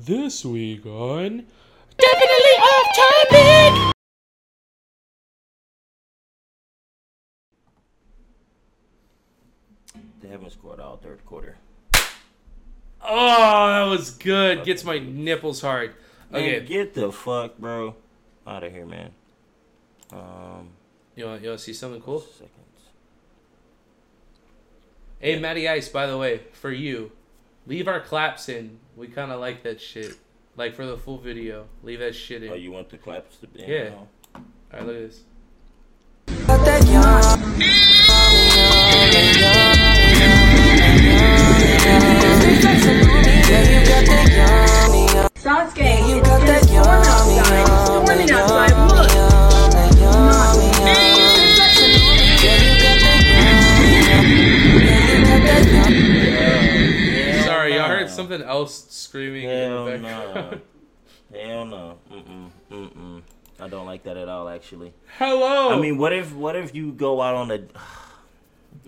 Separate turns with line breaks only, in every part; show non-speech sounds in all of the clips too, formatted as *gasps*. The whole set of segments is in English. This week on
Definitely off topic!
They haven't scored all third quarter.
Oh, that was good. Gets my nipples hard.
Man,
Okay,
get the fuck, bro, out of here, man. Um,
you want you want to see something cool?
seconds.
Hey, Matty Ice, by the way, for you, leave our claps in. We kind of like that shit. Like for the full video, leave that shit in.
Oh, you want the claps to be? in
Yeah.
now?
All right, look at this.
Sasuke, you got that storm outside. Storming outside. Look.
*laughs* Sorry,
Hell
I
no.
heard something else screaming. in the
Hell
background.
no. *laughs* Hell no. Mm-mm. Mm-mm. I don't like that at all, actually.
*laughs* Hello.
I mean, what if what if you go out on a *sighs*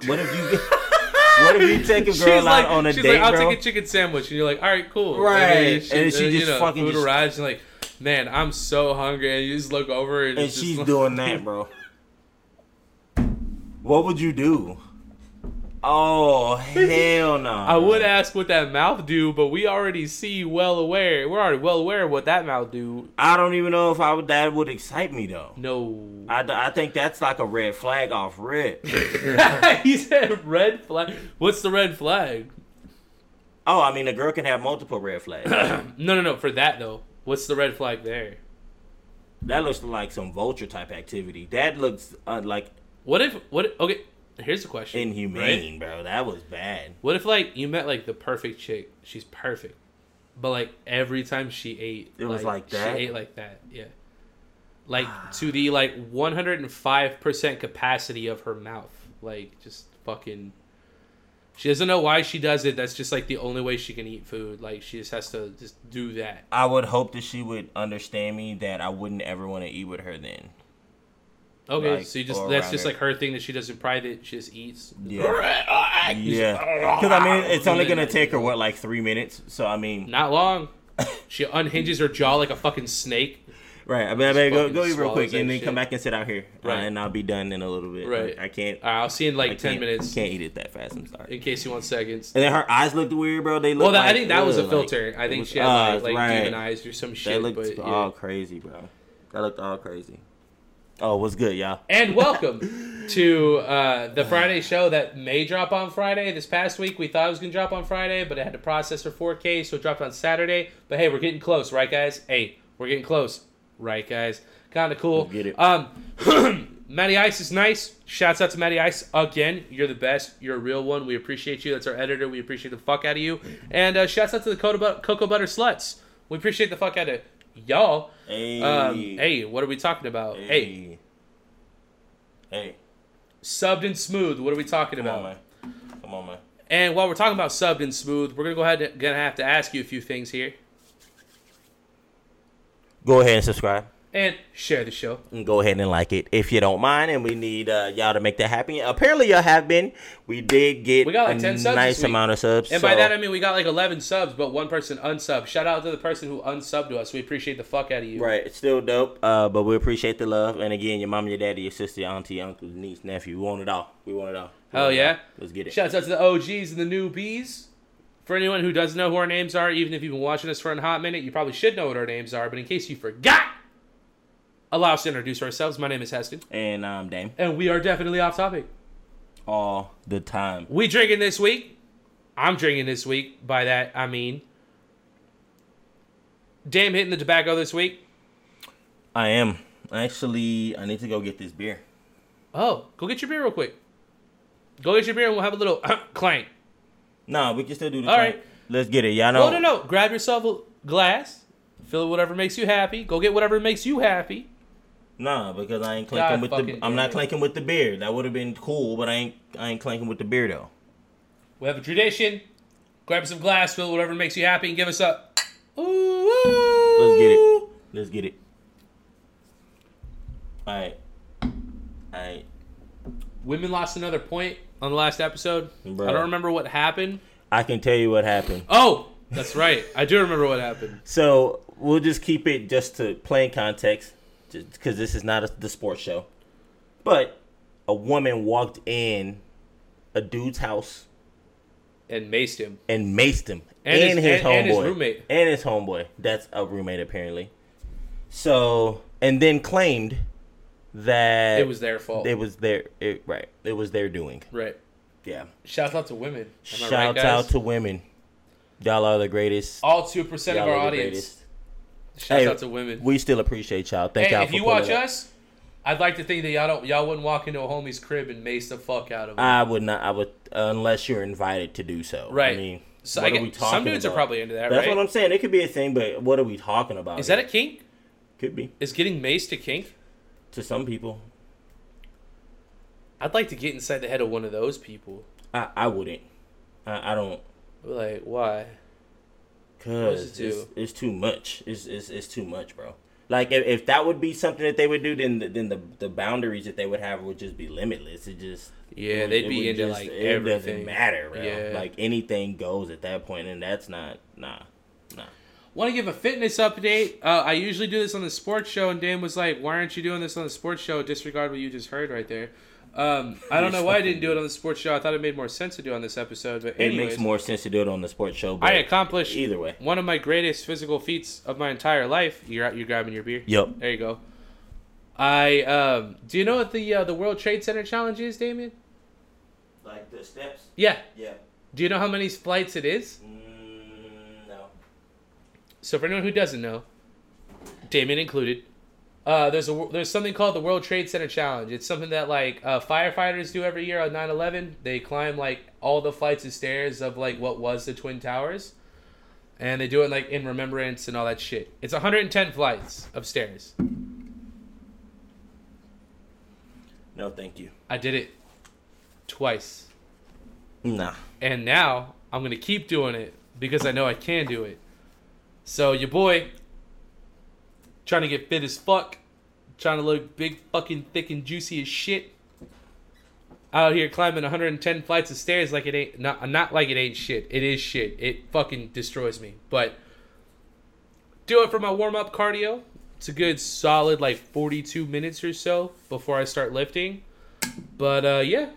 what if
*laughs*
you what if you take a
she's
girl
like,
out on a
she's
date,
like, I'll
bro?
take a chicken sandwich, and you're like, all right, cool.
Right.
And,
And she just fucking
food
just-
arrives, and like, man, I'm so hungry, and you just look over, and,
and
it's
she's
just
doing that, bro. What would you do? Oh hell no!
*laughs* I would ask what that mouth do, but we already see well aware. We're already well aware of what that mouth do.
I don't even know if I would. That would excite me though.
No.
I, d- I think that's like a red flag off
*laughs*
red.
he said red flag. What's the red flag?
oh, I mean, a girl can have multiple red
*coughs*
flags.
No, no, no. For that though, what's the red flag there?
that looks like some vulture type activity. That looks uh, like
What if? What? If, okay. Here's the question. right?
inhumane, bro. That was bad.
What if like you met like the perfect chick? She's perfect, but like every time she ate,
It was like that?
She ate like that. Yeah. Like
*sighs*
to the like 105 percent capacity of her mouth. Like just fucking. She doesn't know why she does it. That's just like the only way she can eat food. Like she just has to just do that.
I would hope that she would understand me that I wouldn't ever want to eat with her then.
Okay,
Like,
so you just
all
that's
around
just
it.
like her thing that she does in private. She just eats.
Yeah. yeah. Because, I mean, it's only going to take her, what, like three minutes? So, I mean, *laughs*
Not long. She unhinges her jaw like a fucking snake.
right. I mean, I mean go,
fucking
go eat real
swallows
quick
that
and then
shit.
come back and sit out here. Right.
Right.
and I'll be done in a little bit.
Right.
Like, I can't.
All right, I'll see you in
I
like 10
can't-
minutes.
Can't eat it that fast. I'm sorry.
in case you want seconds.
And then her eyes looked weird, bro. They looked.
Well, that, I
like-
think that was
ugh,
a filter.
like-
I
it
think
was-
she had like,
uh,
like
right.
demonized or some
That
shit.
looked
but, yeah.
all crazy, bro. That looked all crazy. Oh, what's good, y'all? *laughs*
And welcome to uh, the Friday show that may drop on Friday. This past week, we thought it was going to drop on Friday, but it had to process for 4K, so it dropped on Saturday. But hey, we're getting close, right, guys? Hey, we're getting close, right, guys? Kind of cool.
We'll get it.
Um, *clears throat* Matty Ice is nice. Shouts out to Matty Ice again. You're the best. You're a real one. We appreciate you. That's our editor. We appreciate the fuck out of you. And uh, shouts out to the Cocoa Butter, Cocoa Butter Sluts. We appreciate the fuck out of y'all.
Hey,
Um, hey, what are we talking about? hey
hey,
subbed and smooth. What are we talking
come on,
about?
man, come on, man.
and while we're talking about subbed and smooth, we're gonna go ahead and gonna have to ask you a few things here.
Go ahead and subscribe.
And share the show.
And go ahead and like it if you don't mind, and we need uh, y'all to make that happen. Apparently, y'all have been. We did get
We got like
a
10 subs
nice
this week.
amount of subs.
And by
so-
that I mean we got like eleven subs, but one person unsubbed. Shout out to the person who unsubbed to us. We appreciate the fuck out of you.
Right, it's still dope, uh, but we appreciate the love. And again, your mom, your daddy, your sister, your auntie, your uncle, niece, nephew. We want it all. We want it all. We
Hell
want it
yeah.
all. Let's get it.
Shouts out to the OGs and the newbies. For anyone who doesn't know who our names are, even if you've been watching us for a hot minute, you probably should know what our names are. But in case you forgot, allow us to introduce ourselves. My name is Heston,
And um, damn,
and we are definitely off topic.
all the time.
We drinking this week. I'm drinking this week. By that I mean, damn hitting the tobacco this week.
I am actually. I need to go get this beer.
Oh, go get your beer real quick. Go get your beer and we'll have a little uh, *clears throat* clank.
No, we can still do the.
All
crank.
right.
let's get it. Y'all know.
No, no, no. Grab yourself a glass. Fill it whatever makes you happy. Go get whatever makes you happy.
Nah, because I ain't
God
clinking with
fucking
the. I'm
damn
not
it.
clinking with the beer. That would have been cool, but I ain't. I ain't clinking with the beer though.
We have a tradition. Grab some glass. Fill it whatever makes you happy and give us a. Ooh.
Let's get it. Let's get it. All right. All right.
Women lost another point on the last episode.
Bruh.
I don't remember what happened.
I can tell you what happened.
Oh, That's right. I do remember what happened.
So we'll just keep it just to plain context, because this is not a, the sports show. But a woman walked in a dude's house
And maced him.
and maced him
And
and,
his-
his,
and-
homeboy
and his roommate.
and his homeboy. That's a roommate apparently. So and then claimed that
It was their fault.
It was their it, right. It was their doing.
Right.
Yeah.
Shouts out to women. Am
Shout
I right, guys?
out to women. Y'all are the greatest.
all two percent
Y'all
of
are
our
the
audience.
greatest.
Shouts
Hey,
out to women.
We still appreciate y'all. Thank
hey,
y'all
if
for
you watch
pulling up.
us, I'd like to think that y'all don't y'all wouldn't walk into a homie's crib and mace the fuck out of him.
I would not. I would unless you're invited to do so.
right.
I mean,
so
what
I
are we
get,
talking
some dudes are
about?
probably into that,
That's
right?
what I'm saying. It could be a thing, but what are we talking about?
Is that a
here?
kink?
could be
Is getting maced a kink?
to some people?
I'd like to get inside the head of one of those people.
I I wouldn't. I, I don't.
Like, why? What's it
Cause
do?
it's, it's too much. It's, it's it's too much, bro. Like if, if that would be something that they would do, then the, then the the boundaries that they would have would just be limitless. It just
Yeah,
it
they'd
would
be into
just-
like
it
everything.
doesn't matter, bro.
Yeah.
Like anything goes at that point, and that's not nah nah.
Want to give a fitness update? Uh, I usually do this on the sports show, and Dan was like, "Why aren't you doing this on the sports show?" Disregard what you just heard right there. Um, I don't know why I didn't do it on the sports show. I thought it made more sense to do on this episode, but anyways,
It makes more sense to do it on the sports show. But
I accomplished
either way.
one of my greatest physical feats of my entire life. You're out. You're grabbing your beer.
Yup.
There you go. I um, do you know what the uh, the World Trade Center challenge is, Damien?
Like the steps.
Yeah.
Yeah.
Do you know how many flights it is?
Mm, no.
So for anyone who doesn't know, Damien included, uh, there's a there's something called the World Trade Center Challenge. It's something that like uh, firefighters do every year on 9/11. They climb like all the flights of stairs of like what was the Twin Towers, and they do it like in remembrance and all that shit. It's 110 flights of stairs.
No, thank you.
I did it twice,
Nah.
and now I'm gonna keep doing it because I know I can do it. So your boy, trying to get fit as fuck, trying to look big, fucking thick and juicy as shit. Out here climbing 110 flights of stairs like it ain't not not like it ain't shit. It is shit. It fucking destroys me. But do it for my warm up cardio. It's a good solid like 42 minutes or so before I start lifting. But uh, yeah,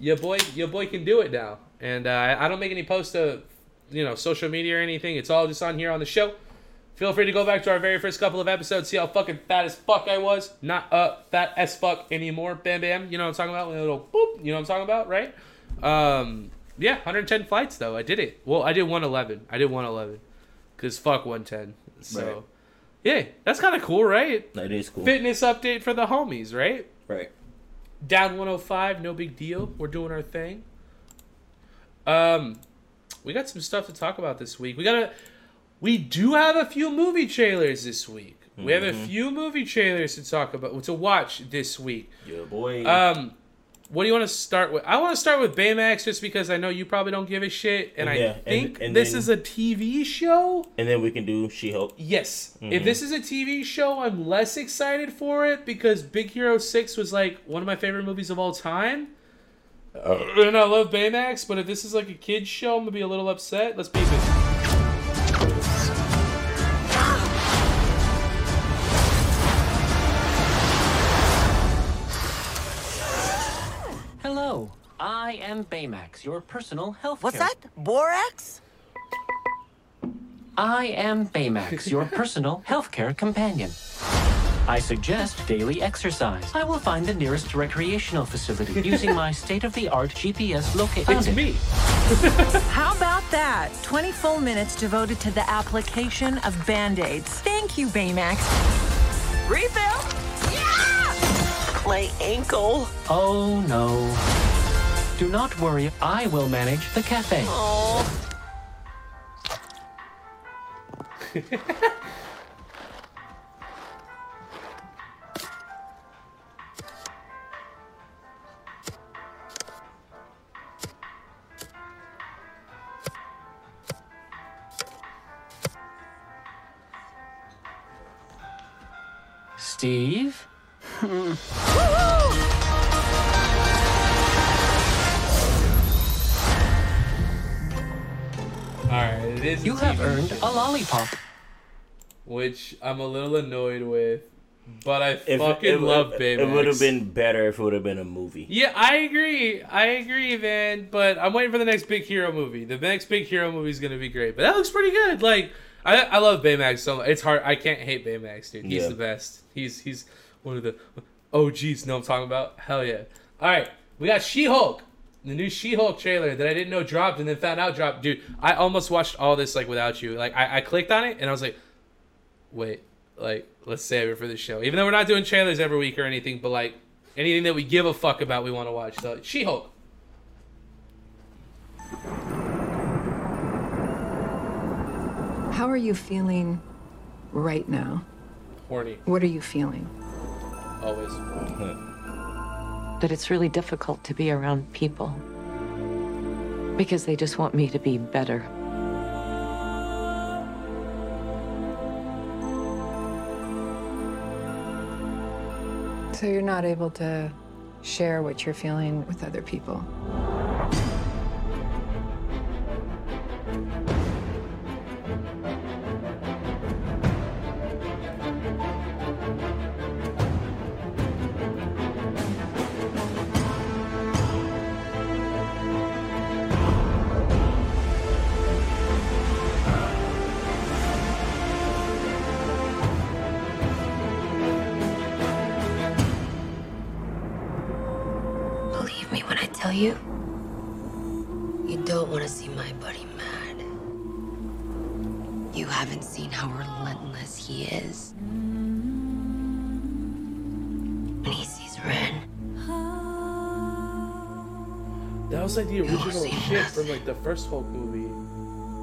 your boy, your boy can do it now. And uh, I- I don't make any posts to, you know, social media or anything. It's all just on here on the show. Feel free to go back to our very first couple of episodes, see how fucking fat as fuck I was. Not uh fat as fuck anymore. Bam bam. You know what I'm talking about? With a little boop. You know what I'm talking about, right? Um, yeah, 110 flights though. I did it. Well, I did 111. I did 111. Cause fuck 110. So,
Right.
yeah, that's kind of cool, right?
That is cool.
Fitness update for the homies, right?
Right.
down 105 no big deal we're doing our thing um we got some stuff to talk about this week we got a we do have a few movie trailers this week we have a
Mm-hmm.
few movie trailers to talk about to watch this week
Your boy.
um what do you want to start with? I want to start with Baymax just because I know you probably don't give a shit, and
Yeah,
I
and-
think
and
this
then-
is a TV show.
and then we can do She Hulk.
Yes. If this is a TV show, I'm less excited for it because Big Hero 6 was like one of my favorite movies of all time. Uh, And I love Baymax, but if this is like a kids show, I'm gonna be a little upset. Let's beep it.
Hello, I am Baymax, your personal health.
What's that? Borax?
I am Baymax,
*laughs*
your personal healthcare companion. I suggest daily exercise. I will find the nearest recreational facility using
*laughs*
my state-of-the-art GPS locator.
It's me.
How about that? 20 full minutes devoted to the application of band-aids. Thank you, Baymax. Refill? Yeah! Clay ankle.
Oh no! Do not worry, I will manage the cafe.
Oh.
Steve.
Woohoo!
All right, it is. a
You have
TV
earned
show,
a lollipop.
which I'm a little annoyed with, but I
If-
fucking
it-
love
it-
Baymax.
It would have been better if it would have been a movie.
Yeah, I agree. I agree, man. But I'm waiting for the next big hero movie. The next big hero movie is gonna be great. But that looks pretty good. Like I, I love Baymax so much. It's hard. I can't hate Baymax, dude. He's
Yeah.
the best. He's he's one of the OGs. Know what I'm talking about? Hell yeah. All right, we got She-Hulk. The new She-Hulk trailer that I didn't know dropped and then found out dropped. Dude, I almost watched all this like without you. Like I, I clicked on it and I was like, wait, like, let's save it for the show. Even though we're not doing trailers every week or anything, but like anything that we give a fuck about, we want to watch. So, She Hulk.
How are you feeling right now?
Horny,
What are you feeling?
always.
But it's really difficult to be around people because they just want me to be better.
So you're not able to share what you're feeling with other people.
Believe me when I tell you, you don't want to see my buddy mad. You haven't seen how relentless he is. When he sees Ren,
That was like the original
see
shit
this?
from like the first Hulk movie.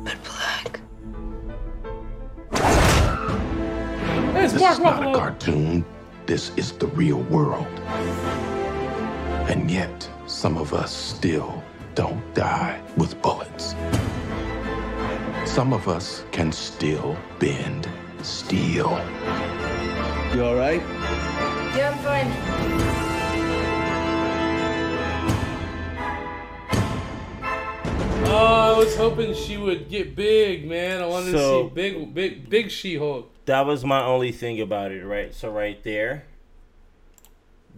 but black.
That's
This
Mark
is not a
Ruffalo.
cartoon. This is the real world. And yet, some of us still don't die with bullets. Some of us can still bend steel.
You all right?
Yeah, I'm fine.
Oh, I was hoping she would get big, man. I wanted
So-
to see big, big, big She Hulk.
That was my only thing about it, right? So right there,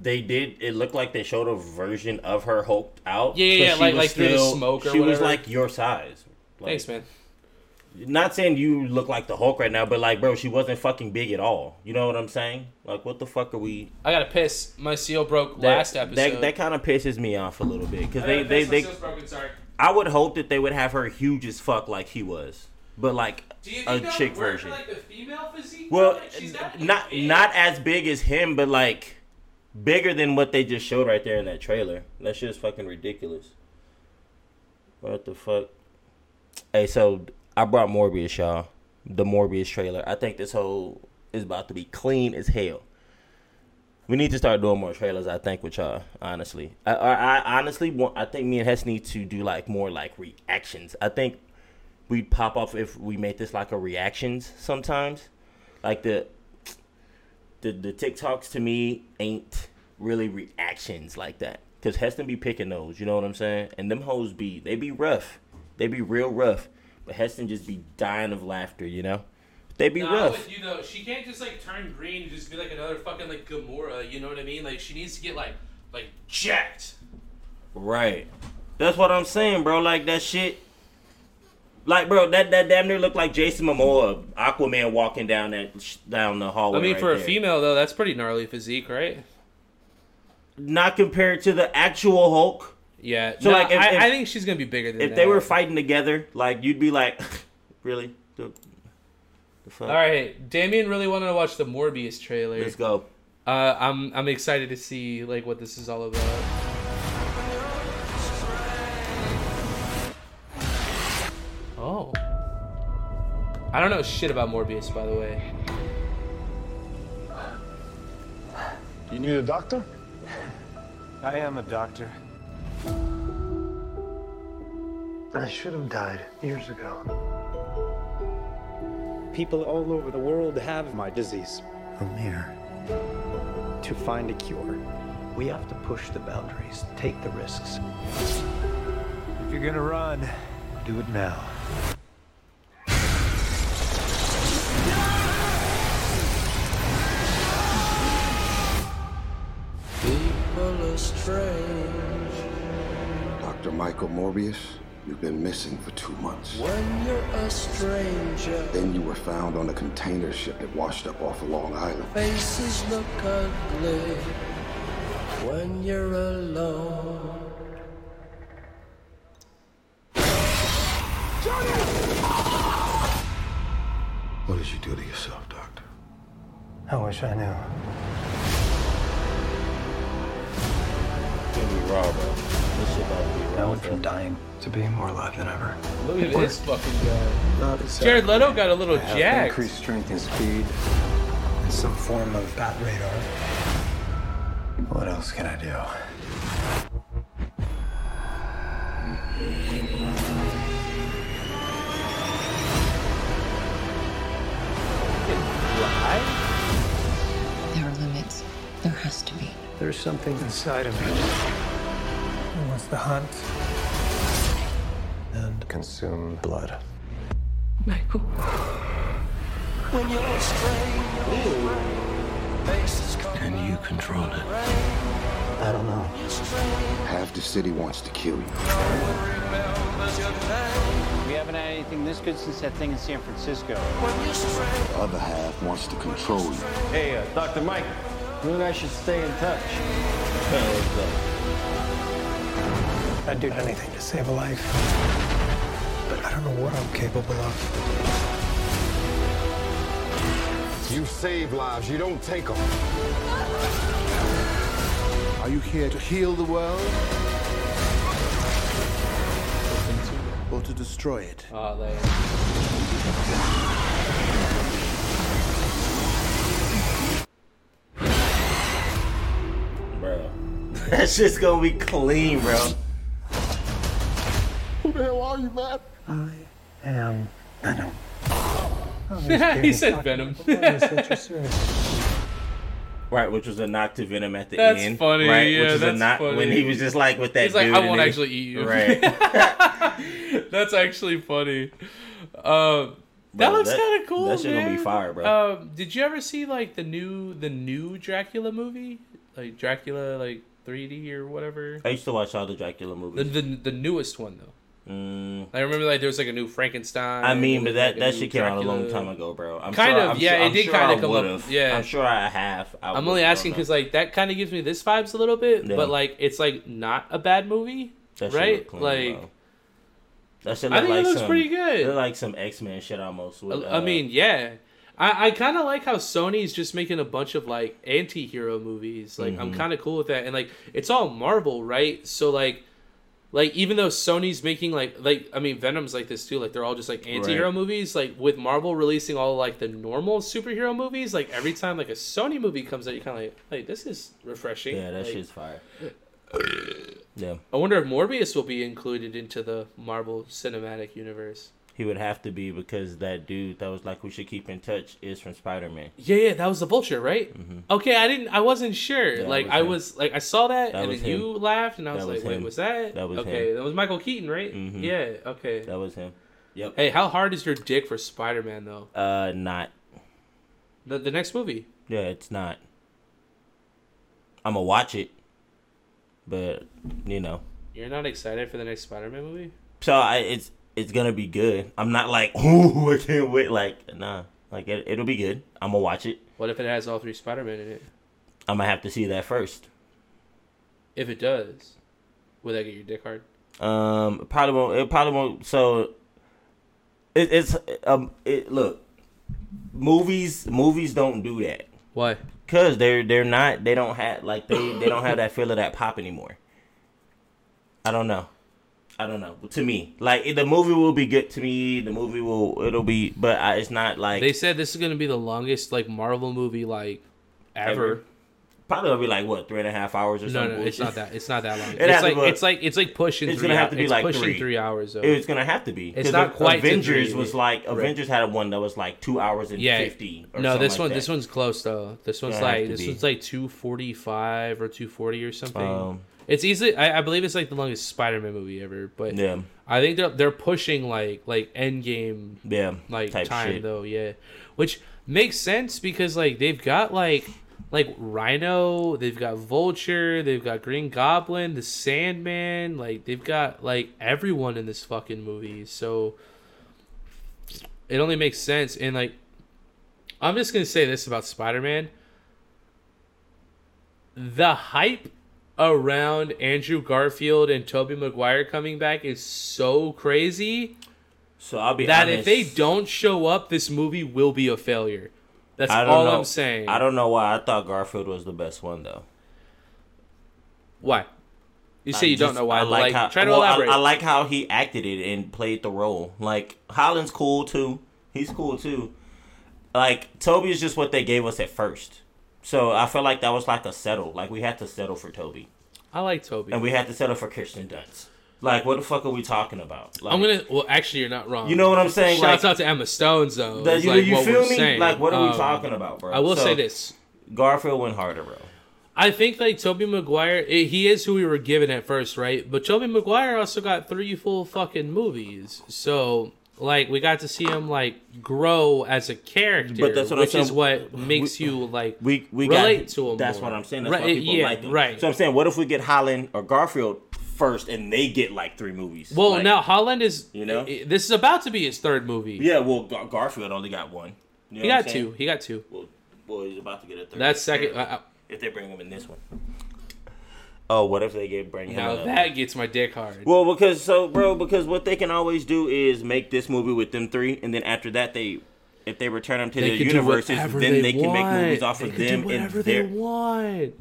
they did. It looked like they showed a version of her hulked out.
Yeah, yeah,
but
yeah,
she
like-
was
like through the smoke or
she was
whatever.
like your size. Like,
Thanks, man.
Not saying you look like the Hulk right now, but like, bro, she wasn't fucking big at all. You know what I'm saying? Like, what the fuck are we?
I gotta piss. My seal broke
That,
last episode.
That, that kind of pisses me off a little bit because
I
they
gotta
they
piss, my
they.
seal's broken, sorry.
I would hope that they would have her huge as fuck like he was, but like
Do you
a
think that would
chick
work for,
version.
like, the female physique?
Well,
Like, she's gotta be
not
big.
not as big as him, but like bigger than what they just showed right there in that trailer. That shit is fucking ridiculous. What the fuck? Hey, so I brought Morbius, y'all. The Morbius trailer. I think this whole is about to be clean as hell. We need to start doing more trailers. I think with y'all, honestly. I, I, I honestly want. I think me and Hess need to do like more like reactions. I think we'd pop off if we made this like a reactions sometimes. Like the the the TikToks to me ain't really reactions like that. Cause Heston be picking those, you know what I'm saying? And them hoes be they be rough. They be real rough. But Heston just be dying of laughter, you know? They be
Nah, I'm
rough.
with you though. She can't just like turn green and just be like another fucking like Gamora. You know what I mean? Like she needs to get like like jacked.
Right. That's what I'm saying, bro. Like that shit. Like, bro, that, that damn near looked like Jason Momoa, Aquaman walking down that sh- down the hallway.
I mean,
right
for a
there.
female though, that's pretty gnarly physique, right?
not compared to the actual Hulk.
Yeah.
So,
So
like,
like,
if-
I,
if-
I think she's gonna be bigger than
If
that.
they were fighting together, like you'd be like, *laughs* really? The, the fuck?
All right, Damien really wanted to watch the Morbius trailer.
let's go.
Uh, I'm I'm excited to see like what this is all about. Oh. I don't know shit about Morbius, by the way.
You need a doctor?
I am a doctor.
I should have died years ago. People all over the world have my disease. I'm here to find a cure. We have to push the boundaries, take the risks. If you're gonna run, do it now.
strange
Dr. Michael Morbius, you've been missing for two months.
when you're a stranger.
Then you were found on a container ship that washed up off of Long Island.
Faces look ugly when you're alone.
What did you do to yourself, Doctor?
I wish I knew.
Gonna be raw, bro. This shit about to be raw.
I went from dying to being more alive than ever.
Look at this fucking guy. Jared Leto got a little
I have
jacked.
Increased strength and speed, and some form of bat radar. What else can I do?
There are limits. There has to be.
There's something inside of me that wants to hunt and consume blood.
Michael. When you're a stranger, faces come
And you control it.
I don't know.
Half the city wants to kill you.
We haven't had anything this good since that thing in San Francisco.
The other half wants to control you.
Hey, uh, Dr. Mike, you and I should stay in touch.
I'd do anything to save a life. But I don't know what I'm capable of.
You save lives, you don't take them. Are you here to heal the world? Or to destroy it?
Oh, like,
Bro. *laughs* That shit's gonna be clean, bro.
Who the hell are you, man?
Um, I know.
*laughs* he said Venom.
Right, which was a knock to Venom at the
That's
end.
funny,
Right,
yeah,
which was
that's
a knock
funny.
when he was just like with that.
*laughs* He's like,
dude
I
and
won't
then- *laughs*
actually eat you.
Right.
*laughs* That's actually funny. Um, that
Bro,
looks
that-
kind of cool.
that shit gonna be
man.
fire, bro.
Um, did you ever see like the new the new Dracula movie, like Dracula like 3D or whatever?
I used to watch all the Dracula
The,
movies.
the, the newest one though.
Mm.
I remember like there was like a new Frankenstein.
I mean, but
there was,
that,
like, a
that
new
shit came out a long
Dracula.
time ago, bro. I'm
kind
sure,
of,
I'm
yeah.
sure-
it
I'm
did
sure
kind
I
of come
would've.
up. Yeah,
I'm sure I have. I
I'm
would've
only
done
asking
that.
because like that kind of gives me this vibes a little bit,
Yeah.
but like it's like not a bad movie,
That shit
right?
look clean,
like
bro. that shit
I
look
think it
like
looks
some,
pretty good.
They're like some X Men shit almost. With,
I- I
uh,
mean, yeah. I, I kind of like how Sony's just making a bunch of like anti-hero movies. Like I'm
Mhm.
kind of cool with that. And like it's all Marvel, right? So like like even though Sony's making like like I mean Venom's like this too. Like they're all just like anti-hero
Right.
movies. Like with Marvel releasing all like the normal superhero movies, like every time like a Sony movie comes out, you're kind of like, "Hey, this is refreshing."
yeah, that
Like,
shit's fire. yeah,
I wonder if Morbius will be included into the Marvel Cinematic Universe.
he would have to be because that dude that was like, we should keep in touch is from Spider Man.
Yeah, yeah, that was the vulture, right? Okay, I didn't, I wasn't sure.
Mm-hmm. That
like,
was
I
him.
was like, I saw that,
That
and
was
then you
him.
laughed, and I
That
was
was
like, wait,
him.
was that?
That was
okay.
him.
That was Michael Keaton, right?
Mhm.
Yeah. Okay.
That was him. Yep.
Hey, how hard is your dick for Spider Man though?
Uh, not.
The, the next movie.
Yeah, it's not. I'm gonna watch it, but you know,
You're not excited for the next Spider Man movie?
so I, it's it's gonna be good. I'm not like, *laughs* oh, I can't wait. Like, nah, like it, it'll be good. I'm gonna watch it.
What if it has all three Spider Men in it?
I'm gonna have to see that first.
If it does, will that get your dick hard?
Um, it probably won't. It probably won't. So, it, it's um, it look, movies movies don't do that.
Why?
Cause they're they're not they don't have like they they don't have that feel of that pop anymore. I don't know. I don't know. To me, like it- the movie will be good to me. The movie will it'll be, but I, it's not like
they said this is gonna be the longest like Marvel movie like ever.
Ever. probably will be like what three and a half hours or
No,
something.
no, it's not that. It's not that long.
It has
it's
to
like
be-
it's like it's like pushing.
It's
three
gonna have
hou-
to be
it's
like
pushing
three.
hours. Though.
It's gonna have to be.
It's
'Cause
not
the
quite to
Avengers
three.
was like
Right.
Avengers had one that was like two hours and fifty. Or
no,
something
this
like
one,
that.
this one's close though. This one's
Gonna have
like
to
this
be.
one's like two forty five or two forty or something.
Um,
it's easily, I, I believe it's like the longest Spider Man movie ever. But
Yeah.
I think they're they're pushing like like Endgame,
Yeah,
like
type
time
shit.
though, yeah, which makes sense because like they've got like like Rhino, they've got Vulture, they've got Green Goblin, the Sandman, like they've got like everyone in this fucking movie. So it only makes sense and like I'm just going to say this about Spider-Man. The hype around Andrew Garfield and Tobey Maguire coming back is so crazy.
So I'll be
that
honest.
if they don't show up, this movie will be a failure. That's
I don't
all
know-
I'm saying.
I don't know why I thought Garfield was the best one though.
Why? You say
I
you don't
just-
know why.
I
but, like,
how,
try to
well, I-
elaborate.
I, like how he acted it and played the role. Like Holland's cool too. He's cool too. Like Toby is just what they gave us at first. So I feel like that was like a settle. Like we had to settle for Toby,
I like Toby.
and we had to settle for Kirsten Dunst. Like what the fuck are we talking about? Like,
I'm gonna. Well, actually, you're not wrong.
You know what I'm saying?
Shouts
Like-
out to Emma Stone's though.
The-
is,
you-
like,
you
what
feel
we're
me?
saying.
Like, what are we
Um,
talking about, bro?
I will
So-
say this.
Garfield went harder, bro.
I think like Toby Maguire, i he is who we were given at first, right? But Toby Maguire also got three full fucking movies, so like we got to see him like grow as a character,
But that's what I'm
which is
saying.
what makes you like
We we
relate
got,
to him.
That's
more.
what I'm saying. That's
right?
why people
yeah,
like him.
right.
So I'm saying, what if we get Holland or Garfield first, and they get like three movies?
Well,
Like,
now Holland is
you know
i- this is about to be his third movie.
Yeah, well, Gar- Garfield only got one. You know
he
what I'm
got two.
saying?
He got two.
Well, he's about to get a third.
That's second. uh, I, I-
If they bring him in this one. Oh, what if they get bring him?
now
in
that gets my dick hard.
uh, Well, because so, bro, because what they can always do is make this movie with them three, and then after that, they, if they return them to
They
their
can do
universes,
whatever
then
they
they, can make
want.
movies off
They
of
can do
them and
whatever they
their.
want.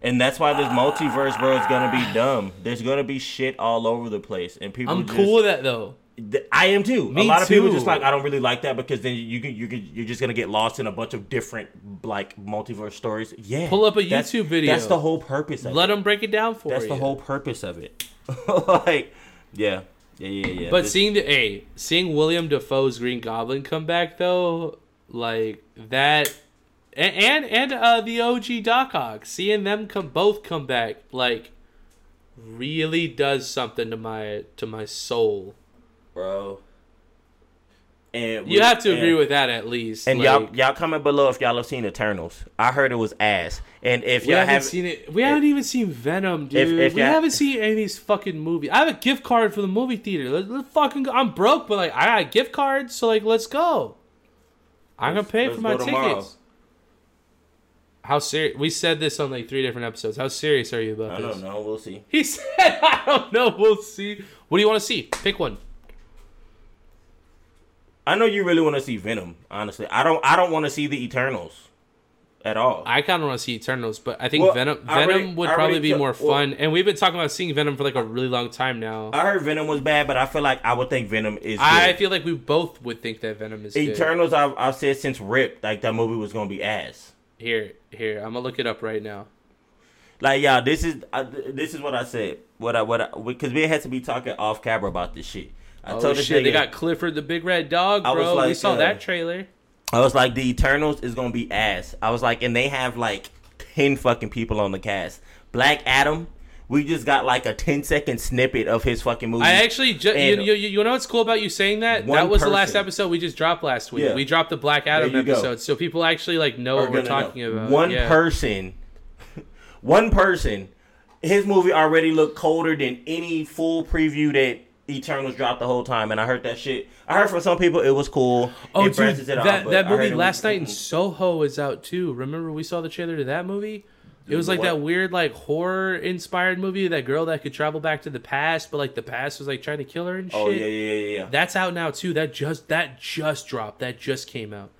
And that's why this multiverse, bro, is gonna be dumb. There's gonna be shit all over the place, and people.
I'm
just-
cool with that though.
Th- I am too.
Me
a lot of people
too.
just like I don't really like that because then you can, you can, you're just gonna get lost in a bunch of different like multiverse stories. Yeah,
Pull up a
that's-
YouTube video.
That's the whole purpose of
Let
it.
them break it down for
That's
you.
the whole purpose of it. *laughs* like, yeah, yeah, yeah, yeah.
but
This-
seeing the hey, seeing William Defoe's Green Goblin come back though, like that, and and, and uh, the OG Doc Ock, seeing them come both come back, like really does something to my to my soul.
bro. And
You have to
and-
agree with that at least.
And
like,
y'all, y'all comment below if y'all have seen Eternals. I heard it was ass. And if
we
y'all
haven't
have
seen it. We haven't even seen Venom, dude.
If- if
we
y'all-
haven't seen any of these fucking movies. I have a gift card for the movie theater. Let's, let's fucking go. I'm broke, but like I got a gift card, so like let's go. I'm gonna pay
let's
for my
go
tickets.
tomorrow.
How serious? We said this on like three different episodes. How serious are you about
I
this?
don't know. We'll see.
He *laughs* said, "I don't know. We'll see." What do you want to see? Pick one.
I know you really want to see Venom. Honestly, I don't. I don't want to see the Eternals at all.
I kind of want to see Eternals, but I think
Well,
Venom
I already-
Venom would
I already
probably be
took-
more
well-
fun. and we've been talking about seeing Venom for like a really long time now.
I heard Venom was bad, but I feel like I would think Venom is.
I
good.
feel like we both would think that Venom is good.
Eternals. I've, I've said since Rip, like that movie was gonna be ass.
Here, here, I'm gonna look it up right now.
Like y'all, this is I, th- this is what I said. What I what I because we had to be talking off camera about this shit. I
oh
told this
shit, they
nigga-
got Clifford the Big Red Dog,
I was
bro. we
like,
saw
uh,
that trailer.
I was like, the Eternals is gonna be ass. I was like, and they have like ten fucking people on the cast. Black Adam, we just got like a 10 second snippet of his fucking movie.
I actually, ju-
mm. and-
you, you, you know what's cool about you saying that?
One
That was the last
person.
episode we just dropped last week.
Yeah.
We dropped the Black Adam
you go.
episode, so people actually like know
are
what we're
gonna know.
talking about.
One
Yeah.
person, *laughs* one person, his movie already looked colder than any full preview that Eternals dropped the whole time, and I heard that shit. I heard from some people it was cool.
Oh,
It
dude,
branches it off,
that,
but
that
I heard
movie
it was-
last night in Soho is out too. Remember we saw the trailer to that movie? It was like
What?
that weird, like horror inspired movie. That girl that could travel back to the past, but like the past was like trying to kill her and shit.
Oh yeah, yeah, yeah, yeah.
That's out now too. That just that just dropped. That just came out.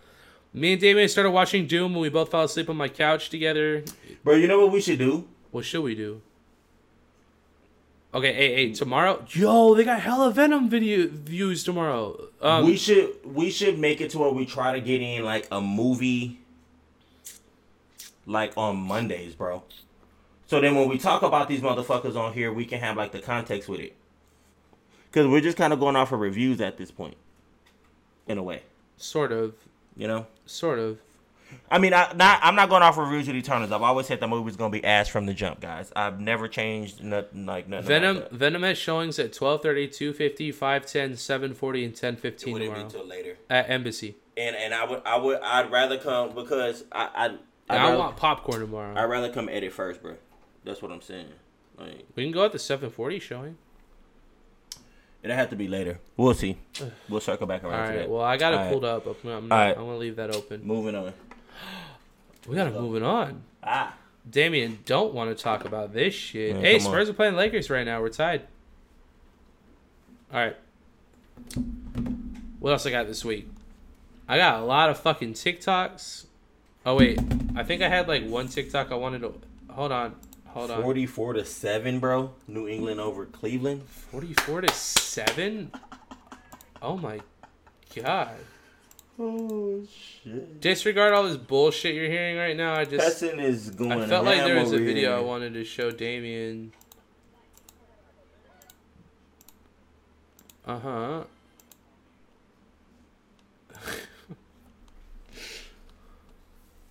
Me and Damien started watching Doom when we both fell asleep on my couch together.
Bro, you know what we should do?
What should we do? Okay, hey, hey, tomorrow. Yo, they got hella Venom video views tomorrow. Um,
we should we should make it to where we try to get in like a movie, like on Mondays, bro. So then when we talk about these motherfuckers on here, we can have like the context with it. Cause we're just kind of going off of reviews at this point, in a way.
Sort of.
You know.
Sort of.
I mean, I not I'm not going off of reviews with Eternals. I've always said the movie's gonna be ass from the jump, guys. I've never changed nothing like nothing. about
Venom
that.
Venom has showings at 12:30, 2:50, 5:10, 7:40 and 10:15
It wouldn't be
tomorrow.
till later.
At Embassy.
and and I would I would I'd rather come because I, I
Yeah, I want popcorn tomorrow.
I'd rather come edit first, bro. That's what I'm saying. Like,
We can go at the 740 showing.
it'll have to be later. We'll see. We'll circle back
All
around. to
right.
that.
Well, I got it
All right.
pulled up. I'm, I'm,
All
not,
right.
I'm gonna leave that open.
Moving on.
We gotta moving on.
Ah.
Damien, don't want to talk about this shit.
Man,
hey,
come on.
Spurs are playing Lakers right now. We're tied. All right. What else I got this week? I got a lot of fucking TikToks. Oh wait, I think I had like one TikTok I wanted to. Hold on, hold on.
44 to 7, bro. New England over Cleveland.
44 to 7? Oh my god.
Oh, shit.
Disregard all this bullshit you're hearing right now. I just
Pessin is going
I felt like there
ham
was a
over
video
here.
I wanted to show Damien. Uh huh. *laughs*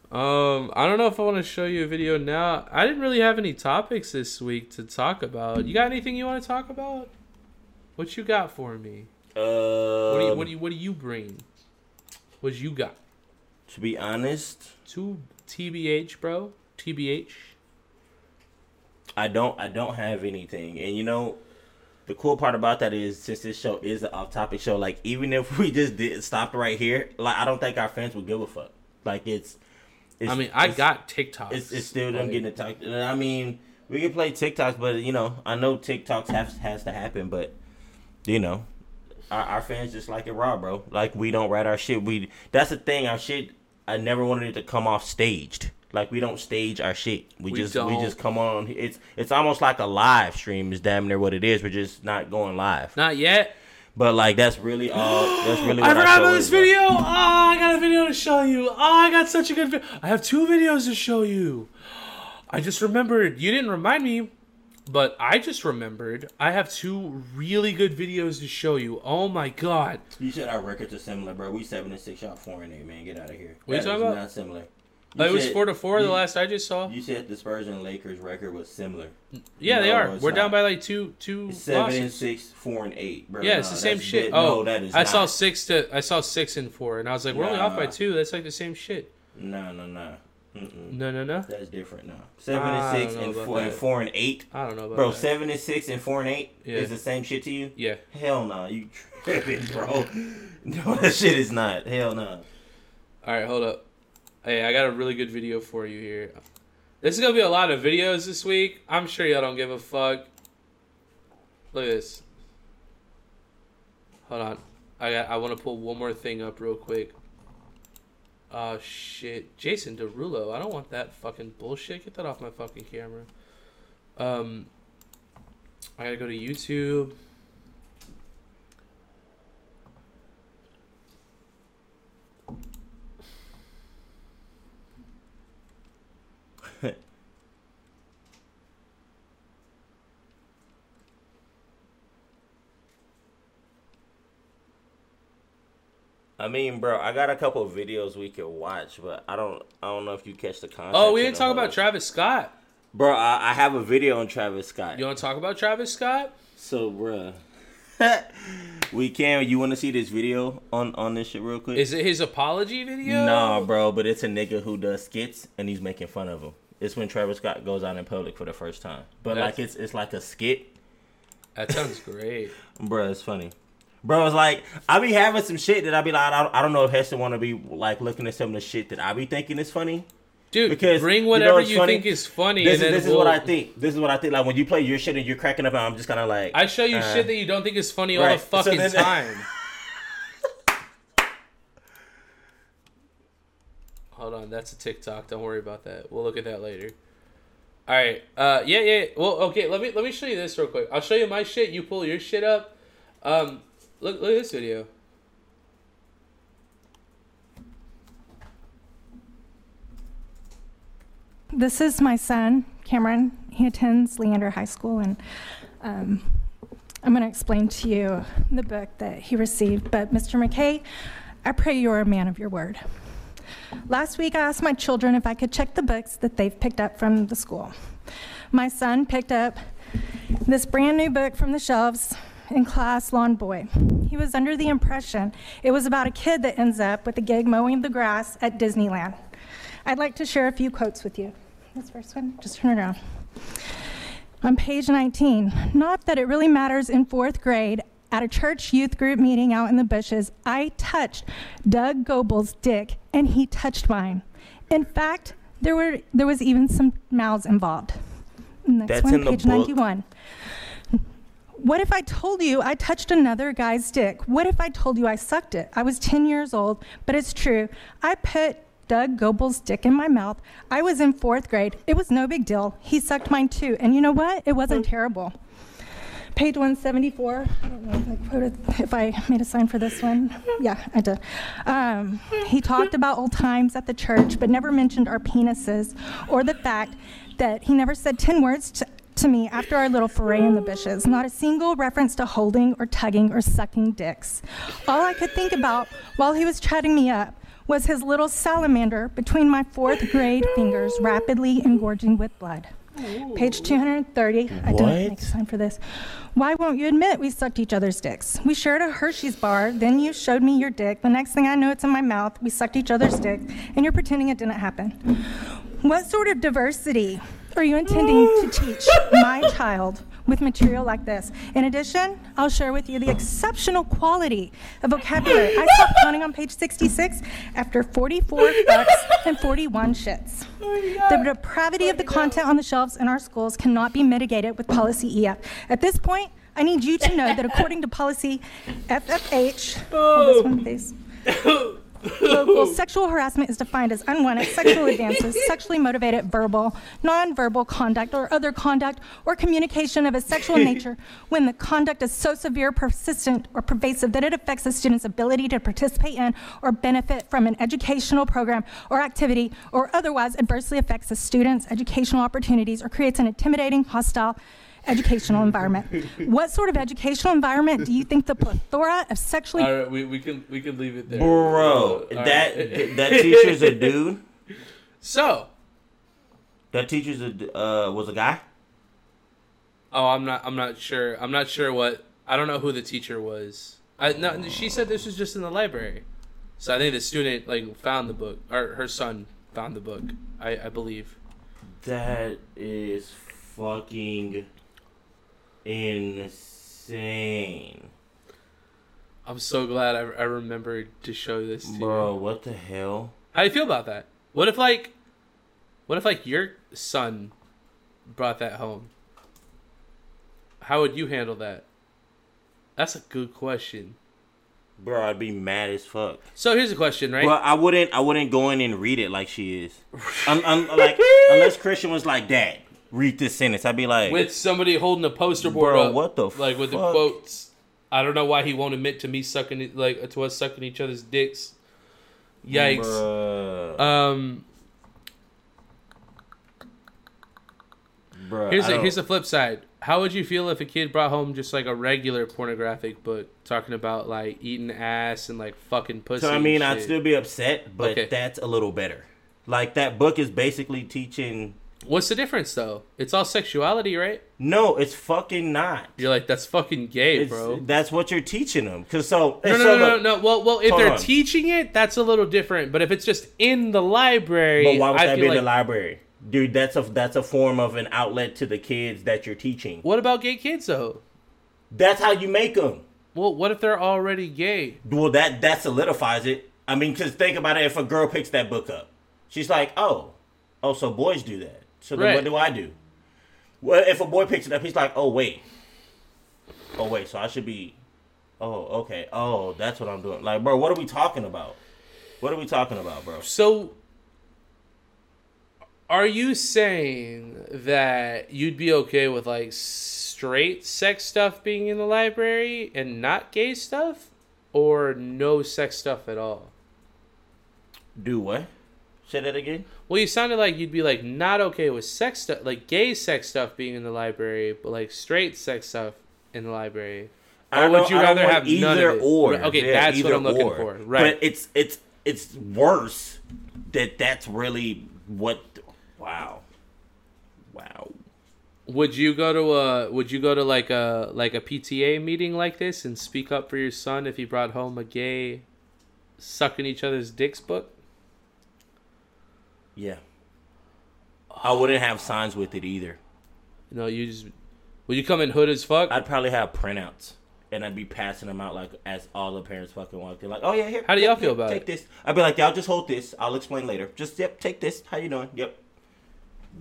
um, I don't know if I want to show you a video now. I didn't really have any topics this week to talk about. You got anything you want to talk about? What you got for me?
Uh,
What do you what do you what do you bring? What you got?
To be honest,
To TBH, bro. TBH.
I don't I don't have anything. And you know, the cool part about that is since this show is an off topic show, like even if we just did stopped right here, like I don't think our fans would give a fuck. Like it's, it's
I mean, I
it's-
got TikToks.
It's, it's still them
Like-
getting attacked. And I mean, we can play TikToks, but you know, I know TikToks has has to happen, but you know, our, our fans just like it raw, bro. Like we don't write our shit. We that's the thing. Our shit. I never wanted it to come off staged. Like we don't stage our shit. We,
We
just
don't.
we just come on. It's it's almost like a live stream. Is damn near what it is. We're just not going live.
Not yet.
But like that's really all. That's really.
I
what our
forgot
show
about
is,
this
bro.
video. Ah, I got a video to show you. Ah, I got such a good video. I have two videos to show you. I just remembered. You didn't remind me, but I just remembered. I have two really good videos to show you. Oh my god.
You said our records are similar, bro. We seven and six, y'all four and eight, man. Get out of here.
What you
That
talking
is
about?
Not similar.
Uh, it was
said-
four to four, the
you-
last I just saw.
You said the Spurs and Lakers record was similar.
Yeah, they
No,
are.
it's
We're
not.
down by like two, two
It's seven and
losses.
six, four and eight, bro.
yeah, it's
No,
the same
that's
shit.
dead-
Oh,
no, that is.
I
not.
saw six to I saw six and four, and I was like, we're only off by
Nah.
two. That's like the same shit.
No, no, no. Mm-mm.
No, no, no.
That's different. No, seven
I
and
don't
six
know
and
about
four and
that.
four and eight.
I don't know about
bro.
that.
Seven and six and four and eight
Yeah.
is the same shit to you.
Yeah.
Hell no, you *laughs* tripping, bro. *laughs* no, that shit is not. Hell no.
All right, hold up. Hey, I got a really good video for you here. This is gonna be a lot of videos this week. I'm sure y'all don't give a fuck. Look at this. Hold on. I got. I want to pull one more thing up real quick. Oh shit, Jason Derulo. I don't want that fucking bullshit. Get that off my fucking camera. Um, I gotta go to YouTube.
I mean, bro, I got a couple of videos we could watch, but I don't. I don't know if you catch the concept.
Oh, we
of
didn't
the
talk
whole-
about Travis Scott.
Bro, I, I have a video on Travis Scott.
You want to talk about Travis Scott?
So, bruh. *laughs* we can. You want to see this video on on this shit real quick?
Is it his apology video?
Nah, bro. But it's a nigga who does skits and he's making fun of him. It's when Travis Scott goes out in public for the first time. But like
That's-
it's it's like a skit,
That sounds great.
bro. It's funny. Bro, it's like I be having some shit that I be like I don't, I don't know if Heston want to be like looking at some of the shit that I be thinking is funny.
Dude,
Because
bring
you know
whatever
what's
you,
funny?
think is funny.
This,
and
is,
then
this is what
we'll-
I think. This is what I think. Like when you play your shit and you're cracking up, and I'm just kind of like
I show you
uh,
shit that you don't think is funny all
right.
the
So
fucking
then-
time.
*laughs*
Hold on, that's a TikTok. Don't worry about that. We'll look at that later. All right. Uh, yeah, yeah. Well, okay. Let me let me show you this real quick. I'll show you my shit. You pull your shit up. Um, look look at this video.
This is my son, Cameron. He attends Leander High School, and um, I'm going to explain to you the book that he received. But, Mr. McKay, I pray you're a man of your word. Last week, I asked my children if I could check the books that they've picked up from the school. My son picked up this brand new book from the shelves in class, Lawn Boy. He was under the impression it was about a kid that ends up with a gig mowing the grass at Disneyland. I'd like to share a few quotes with you. This first one, just turn it around. On page 19, not that it really matters in fourth grade, at a church youth group meeting out in the bushes, I touched Doug Goebel's dick and he touched mine. In fact, there, were, there was even some mouths involved. Next
That's
one,
in the
page
book.
91. What if I told you I touched another guy's dick? What if I told you I sucked it? I was 10 years old, but it's true. I put Doug Goebel's dick in my mouth. I was in fourth grade. It was no big deal. He sucked mine too. And you know what? It wasn't terrible. Page 174. I don't know if I, quoted, if I made a sign for this one. Yeah, I did. Um, he talked about old times at the church, but never mentioned our penises or the fact that he never said 10 words to, to me after our little foray in the bushes. Not a single reference to holding or tugging or sucking dicks. All I could think about while he was chatting me up was his little salamander between my fourth grade fingers, rapidly engorging with blood. Page 230. I didn't make
What?
a sign for this. Why won't you admit we sucked each other's dicks? We shared a Hershey's bar, then you showed me your dick. The next thing I know, it's in my mouth. We sucked each other's dick, and you're pretending it didn't happen. What sort of diversity are you intending to teach my child with material like this? In addition, I'll share with you the exceptional quality of vocabulary. I stopped counting on page 66 after 44 bucks and 41 shits. The depravity of the content on the shelves in our schools cannot be mitigated with policy EF. At this point, I need you to know that according to policy FFH, hold this one, please. Local sexual harassment is defined as unwanted sexual advances, sexually motivated verbal, nonverbal conduct, or other conduct or communication of a sexual nature when the conduct is so severe, persistent, or pervasive that it affects a student's ability to participate in or benefit from an educational program or activity, or otherwise adversely affects a student's educational opportunities or creates an intimidating, hostile, educational environment. What sort of educational environment do you think the plethora of sexually
All right, we, we can we can leave it there,
Bro,
All right.
that that teacher's
*laughs*
a dude.
So
That teacher's a d- uh was a guy.
Oh, I'm not. I'm not sure. I'm not sure what. I don't know who the teacher was. I no. She said this was just in the library, so I think the student like found the book or her son found the book. I I believe.
That is fucking insane.
I'm so glad I, I remembered to show this to
Bro,
you.
what the hell?
How do you feel about that? What if like, what if like your son brought that home? How would you handle that? That's a good question.
Bro, I'd be mad as fuck.
So here's a question, right?
Well, I wouldn't. I wouldn't go in and read it like she
*laughs*
is. Un, un, like unless Christian was like, "Dad, read this sentence," I'd be like,
with somebody holding a poster board
Bro,
up,
what the
like with the
fuck?
quotes. I don't know why he won't admit to me sucking it- like to us sucking each other's dicks. Yikes.
Bruh.
Um.
Bruh,
here's
I
the
don't-
here's the flip side. How would you feel if a kid brought home just like a regular pornographic book talking about like eating ass and like fucking pussy?
So I
and
mean, I'd
shit?
still be upset, but
Okay.
that's a little better. Like that book is basically teaching.
What's the difference though? It's all sexuality, right?
No, it's fucking not.
You're like that's fucking gay,
It's-
bro.
That's what you're teaching them. Cause so
No,
so
no, no, no,
look,
no. Well, well, if
Hold
they're
on.
teaching it, that's a little different. But if it's just in the library,
But why would
I
that
feel
be in
like,
the library, dude? That's a that's a form of an outlet to the kids that you're teaching.
What about gay kids though?
That's how you make them.
Well, what if they're already gay?
Well, that that solidifies it. I mean, because think about it. If a girl picks that book up, she's like, "Oh, oh, so boys do that." So then,
Right.
what do I do? Well, if a boy picks it up, he's like, "Oh wait, oh wait, so I should be, oh okay, oh that's what I'm doing." Like, bro, what are we talking about? What are we talking about, bro?
So, are you saying that you'd be okay with like straight sex stuff being in the library and not gay stuff, or no sex stuff at all?
Do what? Say that again.
Well, you sounded like you'd be like not okay with sex stuff, like gay sex stuff being in the library, but like straight sex stuff in the library.
I
Or would
don't-
you
I don't
rather
want
have none of it?
or?
Okay,
Yeah,
that's what
either
I'm looking
or.
for. Right.
But it's it's it's worse that that's really what. Wow. Wow.
Would you go to a would you go to like a like a PTA meeting like this and speak up for your son if he brought home a gay sucking each other's dicks book?
Yeah. I wouldn't have signs with it either.
No, you just Will you come in hood as fuck?
I'd probably have printouts, and I'd be passing them out like as all the parents fucking walked in. Like, oh yeah, here.
How do y'all
take-
feel about
take
it?
Take this. I'd be like, y'all just hold this. I'll explain later. Just yep, take this. How you doing? Yep.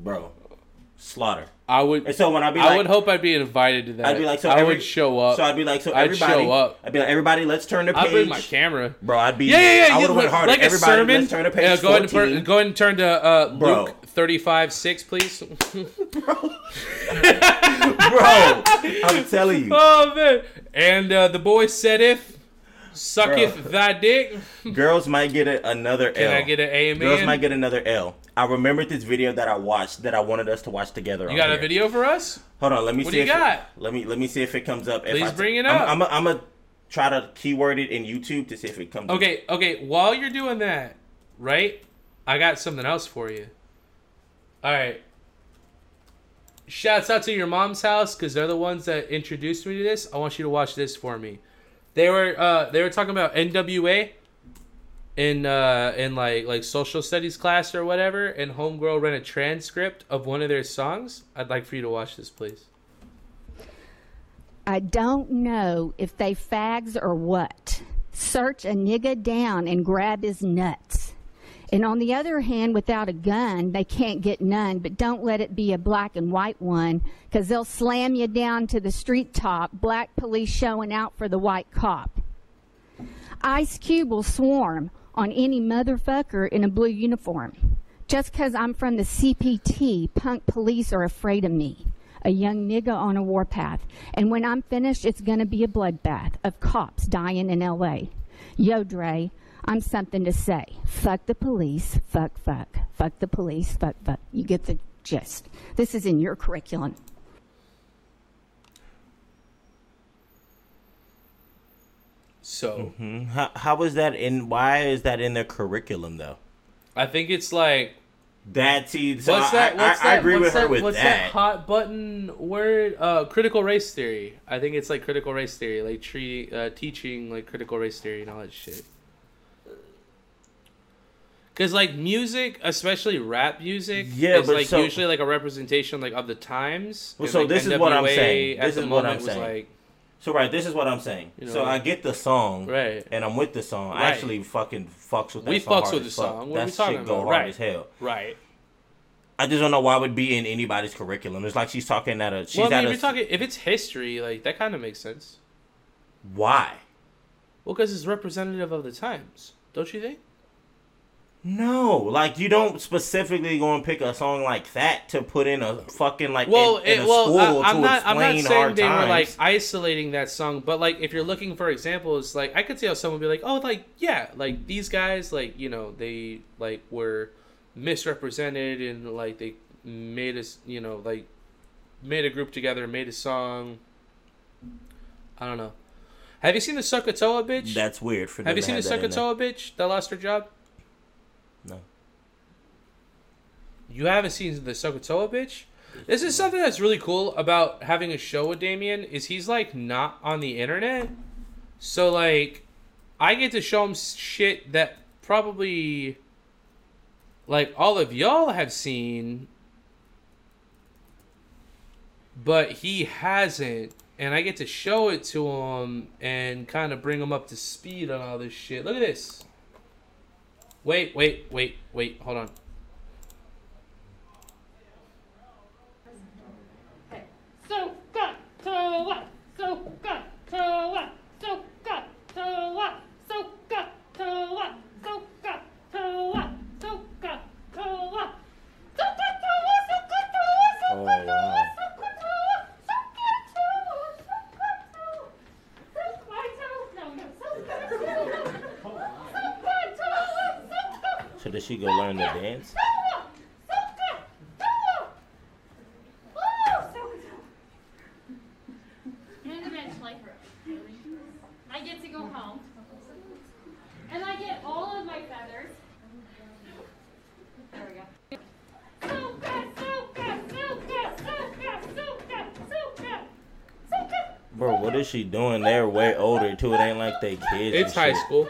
Bro, slaughter.
I would.
And so when I'd be
I
like-
would hope I'd be invited to that.
I'd be like, so
I
every-
would show up.
So I'd be like, so
I'd
everybody.
show up.
I'd be like, everybody, let's turn the page.
I'd bring my camera,
bro. I'd be.
Yeah, yeah, yeah.
I
you
would have went
look
harder.
Like
everybody,
a sermon.
let's turn the page.
Yeah, go ahead and
14.
turn, go ahead and turn to uh,
Bro.
Luke thirty-five
*laughs*
six, please.
bro. I'm telling you.
Oh man! And uh, the boy said, "If sucketh
Bro.
thy dick." *laughs*
Girls might get a, another
Can
L.
I get an amen?
Girls might get another L. I remembered this video that I watched that I wanted us to watch together.
You
on
got a
here.
video for us?
Hold on, let me
What
see.
do you
if
got?
It, let me let me see if it comes up. If
Please
I-
bring it up.
I'm, I'm gonna try to keyword it in YouTube to see if it comes. up.
Okay, okay. While you're doing that, right? I got something else for you. All right. Shouts out to your mom's house because they're the ones that introduced me to this. I want you to watch this for me. They were uh, they were talking about NWA in uh, in like like social studies class or whatever, and Homegirl ran a transcript of one of their songs. I'd like for you to watch this, please.
I don't know if they fags or what. Search a nigga down and grab his nuts. And on the other hand, without a gun, they can't get none, but don't let it be a black and white one, because they'll slam you down to the street top, black police showing out for the white cop. Ice Cube will swarm on any motherfucker in a blue uniform. Just 'cause I'm from the CPT, punk police are afraid of me. A young nigga on a warpath. And when I'm finished, it's going to be a bloodbath of cops dying in LA. Yo, Dre, I'm something to say. Fuck the police. Fuck, fuck. Fuck the police. Fuck, fuck. You get the gist. This is in your curriculum.
So
Mhm. how how is that in? Why is that in their curriculum though?
I think it's like
that. See, so
what's
I-
that?
I-
What's
I
that?
agree
what's
with her
that,
with
what's
that.
hot button word? Uh, critical race theory. I think it's like critical race theory, like tre- uh, teaching like critical race theory and all that shit. Cause like music, especially rap music,
Yeah,
is
but
like
so-
usually like a representation like of the times.
Well,
And,
so
like,
this is what I'm
NWA
saying.
at
This
the
is what
moment
I'm
was,
saying.
like-
so right, this is what I'm saying.
You know,
so I
like-
get the song,
Right.
and I'm with the song. I
Right.
actually fucking fucks with that
we
song.
fucks
hard
with the
as fuck.
song. What
that
are we talking
shit
about?
go hard
right.
as hell.
Right.
I just don't know why it would be in anybody's curriculum. It's like she's talking at a she's
well, I
at
mean,
a
if you're talking, if it's history, like that kind of makes sense.
why.
Well, because it's representative of the times, don't you think?
No, like you don't specifically go and pick a song like that to put in a fucking like
Well,
in, in
it,
a
well,
school
I, I'm
to
not. I'm
explain
not saying
hard
they were
times.
like isolating that song, but like if you're looking for examples, like I could see how someone would be like, oh, like yeah, like these guys, like you know, they like were misrepresented and like they made us, you know, like made a group together, made a song. I don't know. Have you seen the Sokotoa bitch?
That's weird for them
Have you
to
seen the
have that in there.
Sokotoa bitch that lost her job?
No.
You haven't seen the Sokotoa bitch? This is something that's really cool about having a show with Damien is he's like not on the internet. So like I get to show him shit that probably like all of y'all have seen but he hasn't and I get to show it to him and kind of bring him up to speed on all this shit. Look at this. Wait, wait, wait, wait. Hold on.
So got to what? So got to what? So got to what? So got to what? So got to what? So got to what? So got to what? So got to what?
Oh wow. So does she go learn to dance?
And eventually, I get to go home. And I get all of my feathers. There we go.
Bro, what is she doing? They're way older too. It ain't like they kids. and
It's high
shit.
school.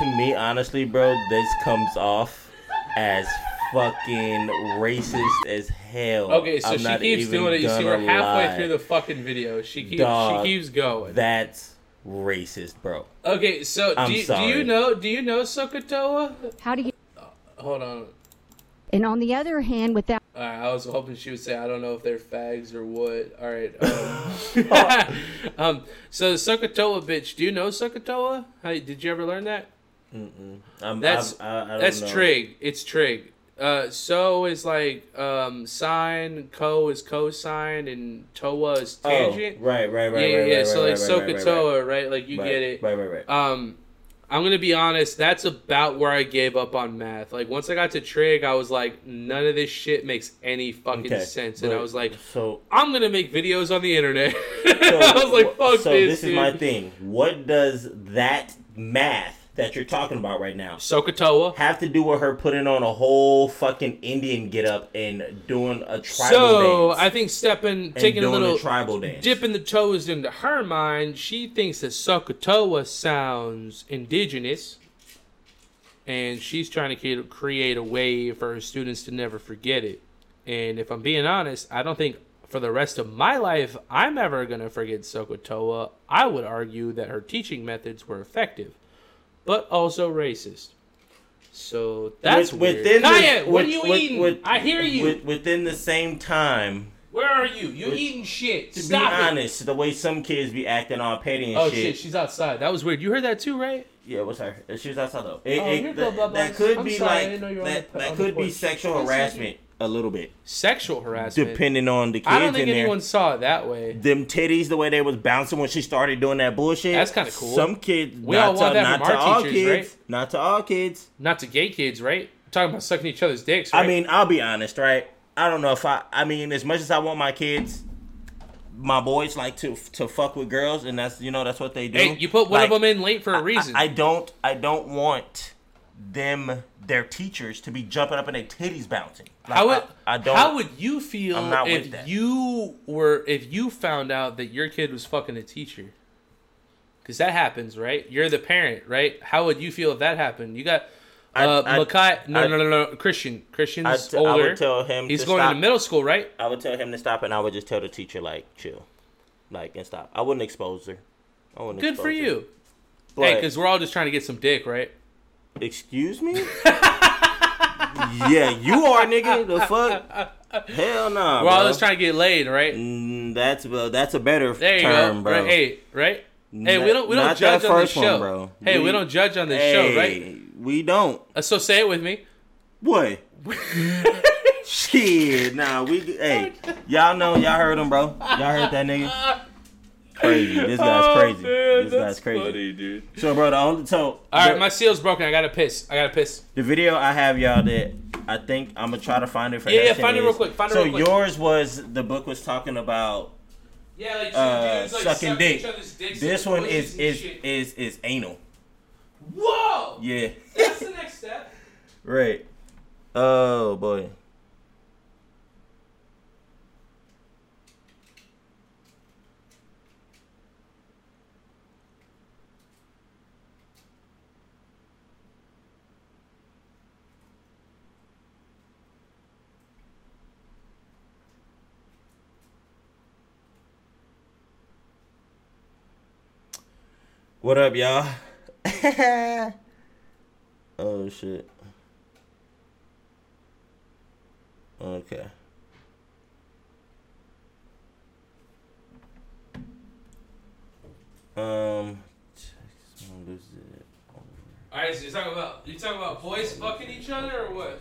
to me, honestly, bro, this comes off as fucking racist as hell.
Okay, so
I'm
she
not
keeps
even
doing it. You see, we're
gonna
halfway
lie.
through the fucking video. She keeps
Dog,
she keeps going.
That's racist, bro.
Okay, so
I'm
do, you- do
sorry.
you know do you know Sokotoa?
How do you?
Hold on.
And on the other hand, without
All right, I was hoping she would say, "I don't know if they're fags or what." All right. Um, um, so Sokotoa bitch, do you know Sokotoa? How, did you ever learn that?
Mm-mm. I'm,
that's
I'm, I, I don't
that's
know.
trig. It's trig. Uh, so is like um, sine, co is cosine, and toa is
Oh,
tangent.
right, right, right,
Yeah, yeah.
right,
yeah.
right, right,
so like
right, right, right, right.
Sokotoa, right, Like you
Right,
get it.
right, right, right.
Um, I'm gonna be honest. That's about where I gave up on math. Like once I got to trig, I was like, none of this shit makes any fucking
Okay,
sense, and I
but-
was like, *laughs*
so
I'm gonna make videos on the internet. *laughs* I was like,
wha-
fuck
so
this.
this is
dude.
my thing. What does that math that you're talking about right now,
Sokotoa,
have to do with her putting on a whole fucking Indian get up and doing a tribal
so
dance?
I think stepping,
And
taking a
doing a
little
tribal dance.
dipping the toes into her mind. She thinks that Sokotoa sounds indigenous, and she's trying to cre- create a way for her students to never forget it. And if I'm being honest, I don't think for the rest of my life I'm ever gonna forget Sokotoa. I would argue that her teaching methods were effective, but also racist. So that's
With-
weird.
within.
Kaya,
the,
what are
with-
you
with-
eating?
with-
I hear you.
with- within the same time.
Where are you? You're eating shit.
To
Stop
be
it.
honest, the way some kids be acting all petty and
Oh
shit.
shit, she's outside. That was weird. You heard that too, right?
Yeah, what's her? She was outside though. It,
Oh,
it-
here
that,
go Bubba.
that could
I'm
be
sorry, I
like
didn't know you were on
that,
the-
that
on the
could be
porch.
sexual
One second.
harassment a little bit,
Sexual harassment.
depending on the kids
I don't
in
think
there.
anyone saw it that way.
Them titties, the way they was bouncing when she started doing that bullshit.
That's kinda cool.
Some kids,
We
not
all want
to,
that
not
from
to
our
all
teachers,
kids, not to all kids.
Not to gay kids, right? We're talking about sucking each other's dicks, right?
I mean, I'll be honest, right? I don't know if I. I mean, as much as I want my kids, my boys like to to fuck with girls, and that's you know that's what they do.
Hey, you put one of
Like,
them in late for a reason.
I, I don't I don't want them their teachers to be jumping up and their titties bouncing. Like,
how would
I, I don't
how would you feel
I'm not with
if
that.
you were if you found out that your kid was fucking a teacher? Because that happens, right? You're the parent, right? How would you feel if that happened? You got
I-
uh,
I-
Makai. No,
I-
no, no, no. Christian.
I
Christian's
t- I
older.
would tell him
he's
to
going
stop.
to middle school, right?
I would tell him to stop and I would just tell the teacher like chill. Like and stop. I wouldn't expose her. I wouldn't
Good
expose
for
her.
you.
But-
Hey, because we're all just trying to get some dick, right?
Excuse
*laughs*
me? yeah, you are nigga. The
*laughs*
fuck? Hell nah.
we're all
bro.
just trying to get laid, right?
Mm, that's uh, that's a better
There you
term,
go.
bro.
Right, hey, right? Hey,
Not-
we don't we don't
not
judge
that
on this
first one,
show,
bro.
Hey, we,
We-
don't judge on this
Hey,
show, right?
We don't.
Uh, So say it with me.
What? Shit, nah, we hey, y'all know, y'all heard him, bro. Y'all heard that nigga. Crazy, this
Oh,
guy's crazy. this guy's crazy,
dude.
So, bro, the only so
All right,
the,
my seal's broken. I gotta piss. I gotta piss.
the video I have y'all that I think I'm gonna try to find it for
Yeah, yeah,
that
find it
shit
real
is-
quick, find it
so
real quick.
yours was the book was talking about
Yeah, like two
uh,
dudes, like,
sucking
sucking
dick.
each other's dicks
This
and
one is
pussies and
is,
shit.
is is anal.
Whoa!
Yeah,
That's the next step.
right. Oh boy. What up, y'all? oh shit. Okay. Um.
All right, so you're talking about you talking about boys fucking each other or what?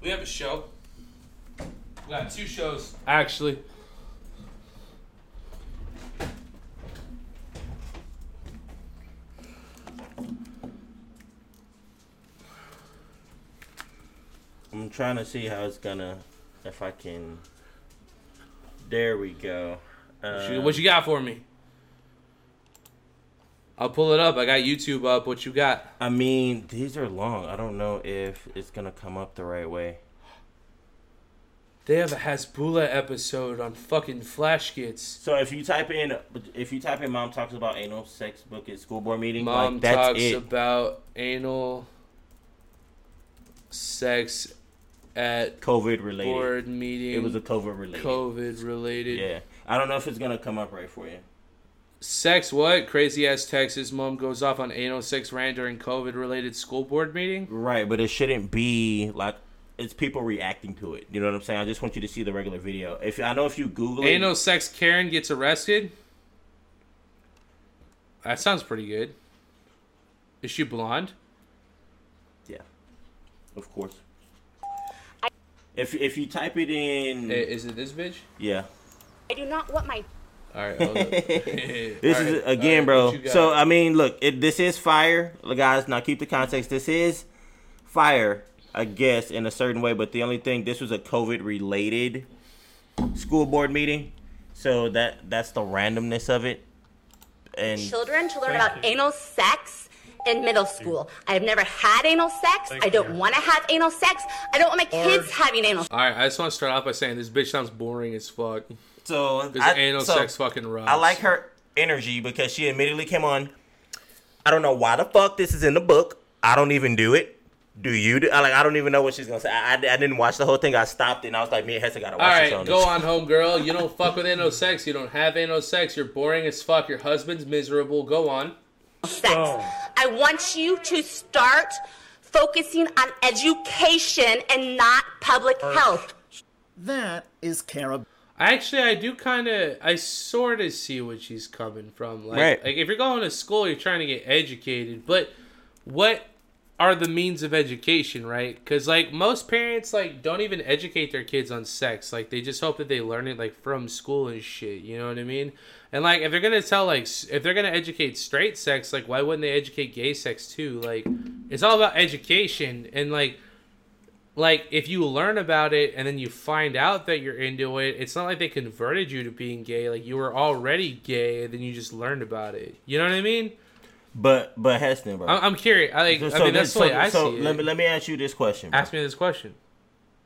We have a show. We got two shows actually.
I'm trying to see how it's gonna. If I can. There we go. Uh,
What you- what you got for me? I'll pull it up. I got YouTube up. What you got?
I mean, these are long. I don't know if it's gonna come up the right way.
They have a Hasbula episode on fucking Flash Kids.
So if you type in, if you type in, mom talks about anal sex book at school board meeting.
Mom
like, that's
talks
it.
about anal sex at
COVID related.
board meeting.
It was a COVID related.
COVID related.
Yeah, I don't know if it's gonna come up right for you.
Sex what? Crazy ass Texas mom goes off on anal sex rant during COVID related school board meeting.
Right, but it shouldn't be like it's people reacting to it. You know what I'm saying? I just want you to see the regular video. If I know if you Google it,
Anal sex Karen gets arrested. That sounds pretty good. Is she blonde?
Yeah. Of course. If if you type it in,
is it this bitch?
yeah.
I do not want my
All right.
*laughs*
Hold up. this
This is again, bro. So uh, I mean, look, it, this is fire, Look, guys. Now keep the context. This is fire, I guess, in a certain way. But the only thing, this was a COVID-related school board meeting, so that that's the randomness of it. And
children to learn about anal sex in middle school. I have never had anal sex. I don't want to have anal sex. I don't want my kids having anal
All right. I just want to start off by saying this bitch sounds boring as fuck.
So
this
I-
anal
so,
sex fucking rocks.
I like her energy because she immediately came on. I don't know why the fuck this is in the book. I don't even do it. Do you? Do, I like. I don't even know what she's gonna say. I, I, I didn't watch the whole thing. I stopped it and I was like, me and Hessa gotta
All
watch this
right,
on
go
this.
on home, girl. You don't fuck with anal sex. You don't have anal sex. You're boring as fuck. Your husband's miserable. Go on.
sex. I want you to start focusing on education and not public health.
That is Carib.
Actually, I do kind of, I sort of see what she's coming from. Like,
Right.
like, if you're going to school, you're trying to get educated, but what are the means of education, right? Because like most parents, like don't even educate their kids on sex. Like they just hope that they learn it like from school and shit. You know what I mean? And like if they're gonna tell like s- if they're gonna educate straight sex, like why wouldn't they educate gay sex too? Like it's all about education and like like if you learn about it and then you find out that you're into it it's not like they converted you to being gay like you were already gay and then you just learned about it you know what i mean
But but Heston, bro.
I- i'm curious i like
So-
i
so
mean that's
this-
the way
so-
i
so
see
let
it
me let me ask you this question. bro.
ask me this question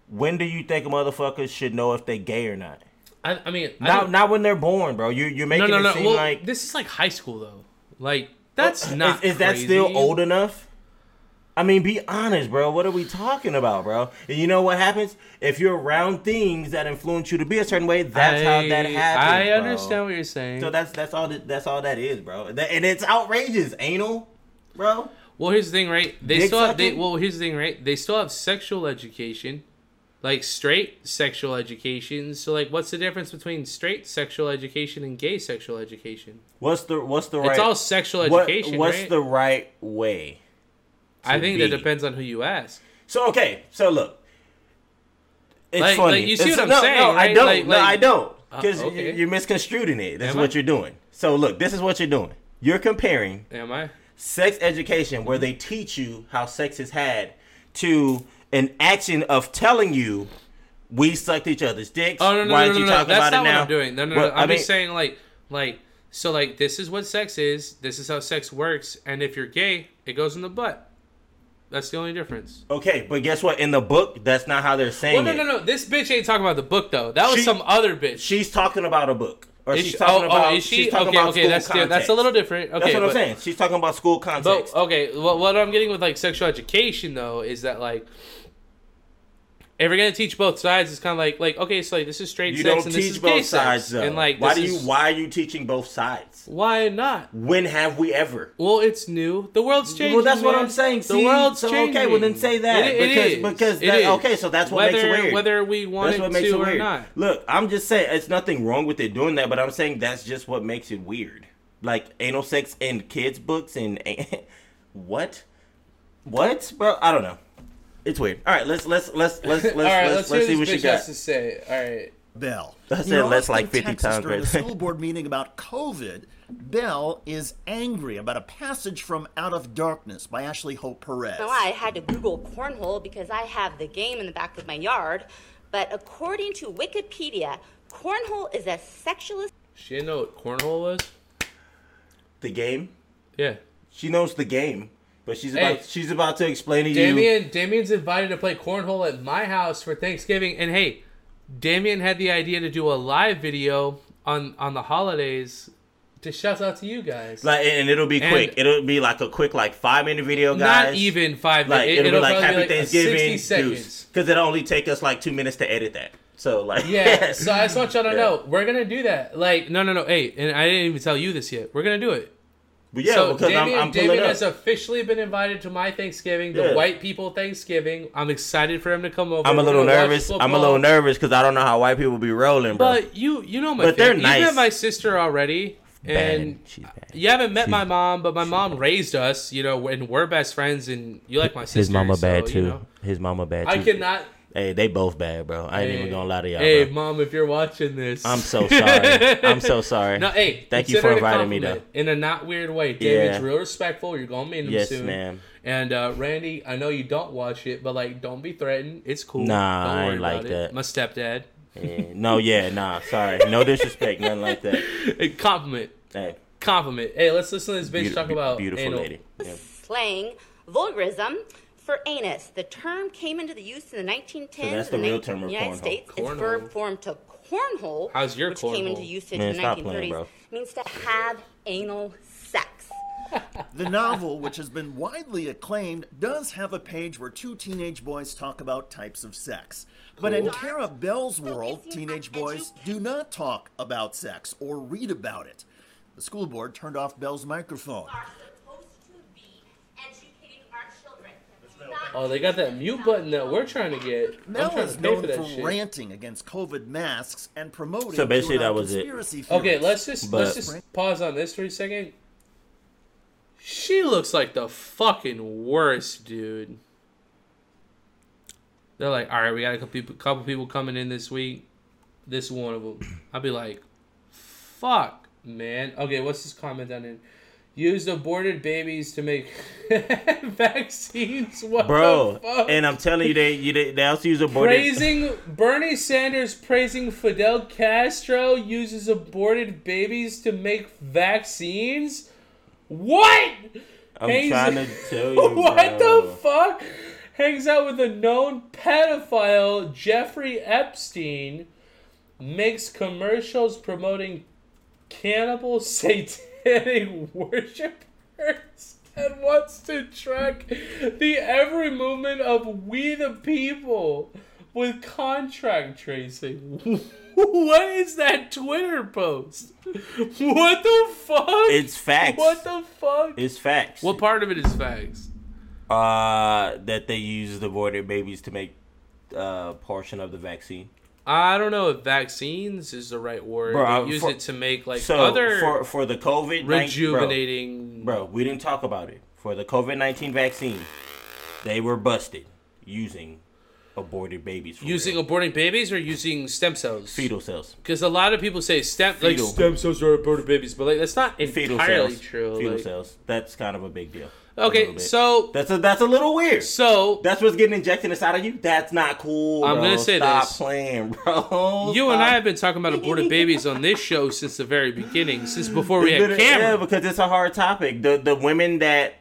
When do you think motherfuckers should know if they gay or not?
i, I mean I
Not
don't-
not when they're born, bro. You you're making it seem
Well,
like
this is like high school though like that's
Is-
not
Is, that still
crazy.
old enough? I mean, be honest, bro. What are we talking about, bro? And you know what happens if you're around things that influence you to be a certain way. That's how that
I-
happens.
I
bro.
understand what you're saying.
So that's that's all that, that's all that is, bro. That- and it's outrageous, anal, bro.
Well, here's the thing, right? They
Dick
still have, they
sucking?
well, here's the thing, right? They still have sexual education, like straight sexual education. So, like, what's the difference between straight sexual education and gay sexual education?
What's the what's the
It's
right?
all sexual
what-
education,
what's
right?
the right way?
I
to
think
be?
that depends on who you ask.
So okay, so look, it's
Like-
funny.
like, you see
It's-
what I'm
no,
saying,
No, I
right?
don't.
Like-
no, I
like-
don't.
Uh,
Because
okay.
you're misconstruing it. That's
Am
what
I?
you're doing. So look, this is what you're doing. You're comparing
Am I?
sex education, where they teach you how sex is had, to an action of telling you we sucked each other's dicks.
Oh no no
Why
no
did
no,
you
no.
talk
that's
about
not
it
what
now?
I'm doing. No no
Well,
no.
I
I'm
mean,
just saying like like so like this is what sex is. This is how sex works. And if you're gay, it goes in the butt. That's the only difference.
Okay, but guess what? In the book, that's not how they're saying
Well, no,
it.
no, no. This bitch ain't talking about the book though. That was
She-
some other bitch.
She's talking about a book, or
Is
she's
she-
talking
oh, oh,
about.
is she?
She's talking
Okay,
about
okay,
school
that's
context.
different. That's a little different. Okay,
that's what I'm
but-
saying. She's talking about school context.
But okay, well, what I'm getting with like sexual education though is that like if you're gonna teach both sides, it's kind of like like okay, so like this is straight
you
oh, sex
don't
and this is
teach
gay
both
sex,
sides though.
and like
why do
this
you
is-
why are you teaching both sides?
why not?
When have we ever?
Well, it's new. The world's changing.
Well, that's what
man.
I'm saying.
the
See?
world's
So, okay,
changing.
well, then say that,
It- it
because-
is.
because
It
that-
is.
okay, so that's what makes it
Whether-
weird.
Whether we
That's
wanted
what makes
to
it
or
weird.
not.
Look, I'm just saying it's nothing wrong with it doing that, but I'm saying that's just what makes it weird. Like anal sex in kids books and *laughs* what? What, bro? I don't know. It's weird. All right, let's let's let's
*laughs*
let's let's
All right,
let's, let's,
hear
see
this
what you
bitch
got.
has to say. All right.
Bell.
I said
Molested
less like
in
50
Texas
times,
During a
right?
school board meeting about COVID, Bell is angry about a passage from Out of Darkness by Ashley Hope Perez.
So I had to Google cornhole because I have the game in the back of my yard. But according to Wikipedia, cornhole is a sexual
She didn't know what cornhole was.
The game.
Yeah.
She knows the game, but she's
Hey.
about she's about to explain to you.
Damien, Damien's invited to play cornhole at my house for Thanksgiving, and hey, Damien had the idea to do a live video on on the holidays to shout out to you guys.
Like, and and it'll be
And-
quick. It'll be like a quick, like five minute video, guys.
Not even five
Like
minutes.
it'll, be like
probably
Happy
be like a 60
Thanksgiving,
seconds.
because it'll only take us like two minutes to edit that. So like, *laughs*
Yeah, so I just want y'all to
Yeah.
know we're gonna do that. Like, no, no, no. Hey, and I didn't even tell you this yet. We're gonna do it.
But yeah,
so
because I'm-
Damien,
I'm pulling
Damien
up.
has officially been invited to my Thanksgiving, the
Yeah.
white people Thanksgiving. I'm excited for him to come over.
I'm a
We're
little
gonna watch
nervous. I'm a
football.
little nervous because I don't know how white people be rolling, bro.
But you, you know my.
But they're
fam- You
nice.
met my sister already, and you haven't met my mom. But my mom raised us, you know, and we're best friends. And you like my sister.
His mama
so,
bad
you
too.
know.
His mama bad too.
I cannot.
Hey, they both bad, bro. I ain't
Hey,
even gonna lie to y'all.
Hey,
bro.
*laughs* mom, if you're watching this,
I'm
*laughs*
so sorry. I'm so sorry.
No, hey,
Thank you for
consider it a
inviting me, though.
compliment In a not weird way, David's
Yeah.
real respectful. You're gonna meet him
Yes,
soon,
ma'am.
And uh, Randy, I know you don't watch it, but like, don't be threatened. It's cool.
Nah,
Don't
I
worry
ain't like
about it.
that.
My stepdad.
Yeah, no, yeah, nah, sorry. No disrespect, nothing like
*laughs*
that.
Hey, compliment.
Hey.
Compliment. Hey, let's listen to this bitch
Beauti-
talk
be-
about
beautiful
anal.
lady. Yeah.
slang vulgarism for anus. The term came into the use in the 1910s
So that's
in
the real
nineteen-
term of
United
cornhole.
States.
Cornhole.
Its verb form to cornhole,
How's your
which came into
cornhole?
usage
Man,
in the
stop
1930s,
playing, bro.
means to have anal sex.
*laughs* The novel, which has been widely acclaimed, does have a page where two teenage boys talk about types of sex. But in
Cool.
Cara Bell's world, teenage boys do not talk about sex or read about it. The school board turned off Bell's microphone.
Oh, they got that mute button that we're trying to get. I'm
Bell
trying
is
to pay
known
for
for,
that shit.
ranting against COVID masks and promoting.
So basically that
QAnon
was it.
conspiracy Theories.
Okay, let's just
But-
let's just pause on this for a second. She looks like the fucking worst, dude. They're like, all right, we got a couple people, couple people coming in this week. This one of them. I'll be like, fuck, man. Okay, what's this comment down here? Used aborted babies to make *laughs* vaccines. What
Bro,
the fuck?
and I'm telling you, they you they, they also use aborted.
Praising Bernie Sanders praising Fidel Castro uses aborted babies to make vaccines? What?
I'm
Hangs-
trying to tell you,
*laughs* what
bro.
the fuck? Hangs out with a known pedophile, Jeffrey Epstein, makes commercials promoting cannibal *laughs* satanic worshipers and wants to track the every movement of we the people with contract tracing. *laughs* what is that Twitter post? *laughs* What the fuck?
It's facts.
What the fuck?
It's facts.
What part of it is facts?
Uh, that they used aborted babies to make uh portion of the vaccine.
I don't know if vaccines is the right word.
Bro, I-
they use
for-
it to make like
so
other
for for the COVID
rejuvenating.
Bro, we didn't talk about it for the COVID nineteen vaccine. They were busted using aborted babies. For
using aborting babies or using stem cells,
fetal cells.
Because a lot of people say stem
Fetal.
like stem cells are aborted babies, but like that's not
Fetal
entirely
cells.
true.
Fetal
like-
cells. That's kind of a big deal. A little
Okay,
bit.
so
that's a that's a little weird.
So
that's what's getting injected inside of you. That's not cool.
I'm
bro.
gonna say
Stop
this.
playing, *laughs* bro.
you and
Stop
I have been talking about aborted babies on this show since the very beginning, since before we
It's
had
been- Yeah,
Cameron.
because it's a hard topic. The the women that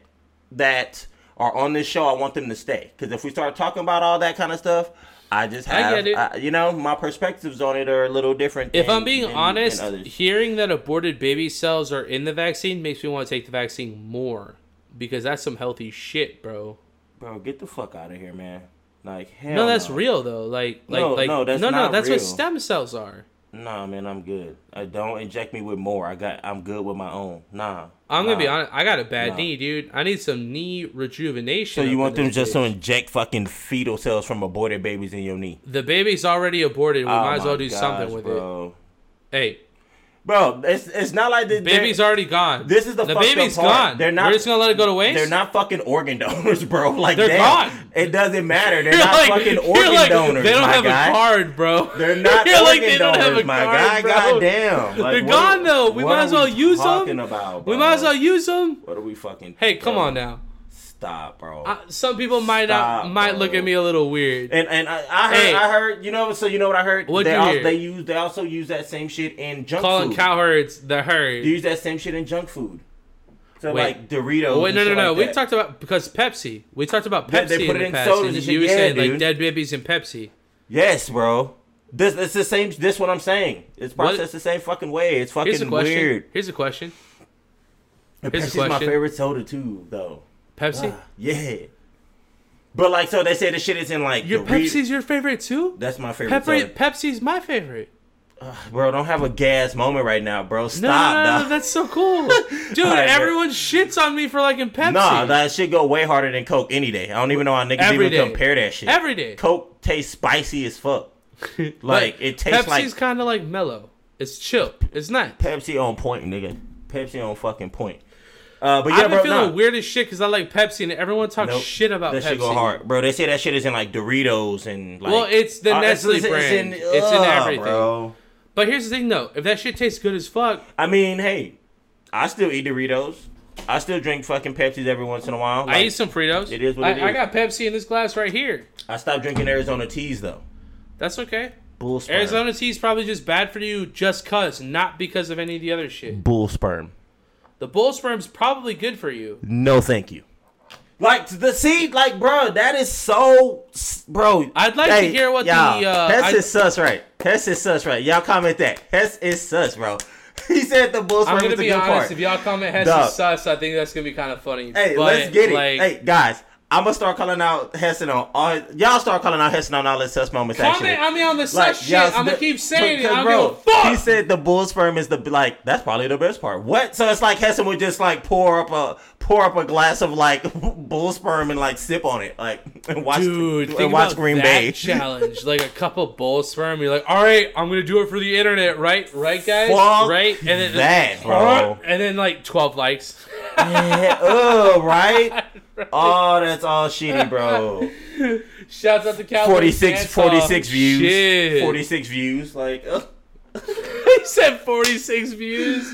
that are on this show, I want them to stay. Because if we start talking about all that kind of stuff, I just
I
have,
get it.
you know, my perspectives on it are a little different.
If
than-
I'm being
than- than
honest,
others.
hearing that aborted baby cells are in the vaccine makes me want to take the vaccine more because that's some healthy shit, bro.
bro, get the fuck out of here, man. Like hell,
no, that's
no.
real though. Like, like,
No,
like,
no, that's
no,
not
that's
real.
what stem cells are.
Nah, man, I'm good. I don't inject me with more. I got, I'm good with my own. Nah,
I'm gonna be
nah.
honest. I got a bad
Nah.
knee, dude. I need some knee rejuvenation.
So you
up
want
in
them
this
just
bitch.
to inject fucking fetal cells from aborted babies in your knee?
The baby's already aborted. We
Oh
might as
my
well do something
gosh,
with
bro.
it. Hey,
bro, it's it's not like the
baby's already gone.
This is the,
the
fucked
baby's
up part.
gone.
They're not.
We're just gonna let it go to waste. *laughs*
They're not fucking organ *laughs* donors, bro. Like
They're
damn,
gone.
It doesn't matter. They're
You're
not
like-
fucking
you're
organ
like,
donors.
They don't
my
have
guy.
a card, bro.
They're not
*laughs* You're like,
organ
they don't have
donors,
a
my
card,
guy.
bro.
Goddamn. Like,
They're
what
gone
are-
though. We
what
might
are
as well
we
use
talking
them.
about,
we might as
bro?
well use them.
What are we fucking?
Hey, come
bro,
on now.
Stop, bro.
Uh, some people might not
Stop,
might look at me a little weird.
and and I, I heard,
Hey.
I heard, you know, so you know what I heard.
What'd
they,
you
al-
hear?
they use, they also use that same shit in junk
Calling
food.
cowherds the herd.
They use that same shit in junk food. So
Wait.
like Doritos.
Oh, Wait,
and
no, no,
shit
no.
like
we
that.
talked about because Pepsi. We talked about
They-
Pepsi
they put
in
it
the
in
past.
sodas
and
and
you were
shit. Yeah,
saying like
dude.
dead babies and Pepsi.
Yes, bro. This it's the same. This what I'm saying. It's
What-
processed the same fucking way. It's fucking
Here's a question.
weird.
Here's a question. Here's a
Pepsi's my
question.
favorite soda too, though.
Pepsi?
Ah, yeah. But like, so they say the shit is in like
Your
the re-
Pepsi's your favorite too?
That's my favorite.
Pepper,
soda.
Pepsi's my favorite.
Bro, don't have a gas moment right now, bro.
No, no,
Stop,
no, no,
dog.
that's
*laughs*
so cool, dude.
All right, bro.
everyone shits on me for liking Pepsi.
Nah, that shit go way harder than Coke any day. I don't even know how niggas
Every
even
day.
compare that shit.
Every day.
Coke tastes spicy as
*laughs*
fuck. like it tastes
Pepsi's
like
kind of like mellow. It's chill. It's nice.
Pepsi on point, nigga. Pepsi on fucking point. Uh, but
I've
yeah,
been
bro,
feeling
nah.
weird as shit because I like Pepsi and everyone talks
Nope.
shit about
that
Pepsi.
shit go hard, bro. They say that shit is in like Doritos and like.
well, it's the
Uh,
Nestle brand. It's in,
ugh,
everything.
bro.
But here's the thing, though. If that shit tastes good as fuck,
I mean, hey, I still eat Doritos. I still drink fucking Pepsis every once in a while.
I eat some Fritos.
It is what
I,
it is.
I got Pepsi in this glass right here.
I stopped drinking Arizona teas though.
That's okay.
Bull sperm.
Arizona tea is probably just bad for you just cuz, not because of any of the other shit.
Bull sperm.
The bull sperm's probably good for you.
No, thank you. Like the seed, like bro, that is so, s- bro.
I'd like to hear what the,
y'all,
uh,
Hess
I-
is sus, right? Hess is sus, right? Y'all comment that. Hess is sus, bro. *laughs* He said the Bulls
I'm
were
gonna
the
be
good
honest.
part.
If y'all comment Hess
Dog.
is sus, I think that's gonna be kind of funny.
Hey,
But,
let's get it.
like,
hey, guys, I'm gonna start calling out Hessen on all. Y'all start calling out Hessen on all his sus moments.
Comment
actually,
on me on the sus shit.
y'all-
I'ma
the-
keep saying it. I don't
bro,
give a fuck.
He said the bull sperm is the like. That's probably the best part. What? So it's like Hessen would just like pour up a pour up a glass of like *laughs* bull sperm and like sip on it, like *laughs* and watch
Dude,
and
think
watch
about
Green
that
Bay.
challenge. Like a cup of bull sperm. You're like, all right, I'm gonna do it for the internet, right? Right, guys?
Fuck
*laughs* right? And then Uh,
that, bro. *laughs*
and then like 12 likes.
yeah, oh,
*laughs*
right? Oh, that's all shitty, bro.
Shouts out to Cowboys.
46,
Fans.
46
Oh,
views.
shit.
46 views. Like, ugh.
he said 46 views.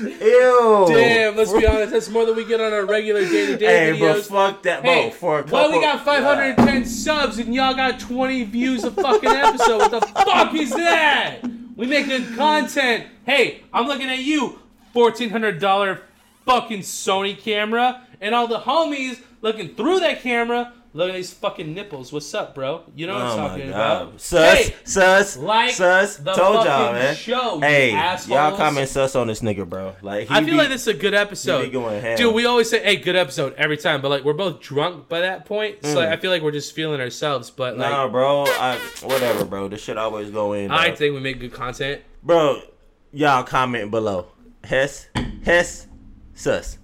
*laughs* Ew.
Damn, let's be honest. That's more than we get on our regular day to day
Hey, bro,
videos.
fuck that, bro.
Hey,
For a couple,
well, we got 510 subs and y'all got 20 views a fucking episode. What the fuck is that? We make good content. Hey, I'm looking at you, $1,400 fucking Sony camera, and all the homies looking through that camera. Look at these fucking nipples. What's up, bro? You know what
Oh
I'm
my
talking
God.
about.
Sus,
Hey,
sus,
like
sus.
the
told y'all,
fucking
man.
show, you
hey, y'all
assholes.
comment sus on this nigga, bro. Like, he
I feel
be-
like this is a good
he be
episode.
going ham.
Dude, we always say, hey, good episode every time, but like we're both drunk by that point. So
Mm.
like, I feel like we're just feeling ourselves, but like
nah, bro. I, whatever, bro. This shit always go in.
I
dog.
think we make good content.
bro, y'all comment below. Hess, Hess, sus.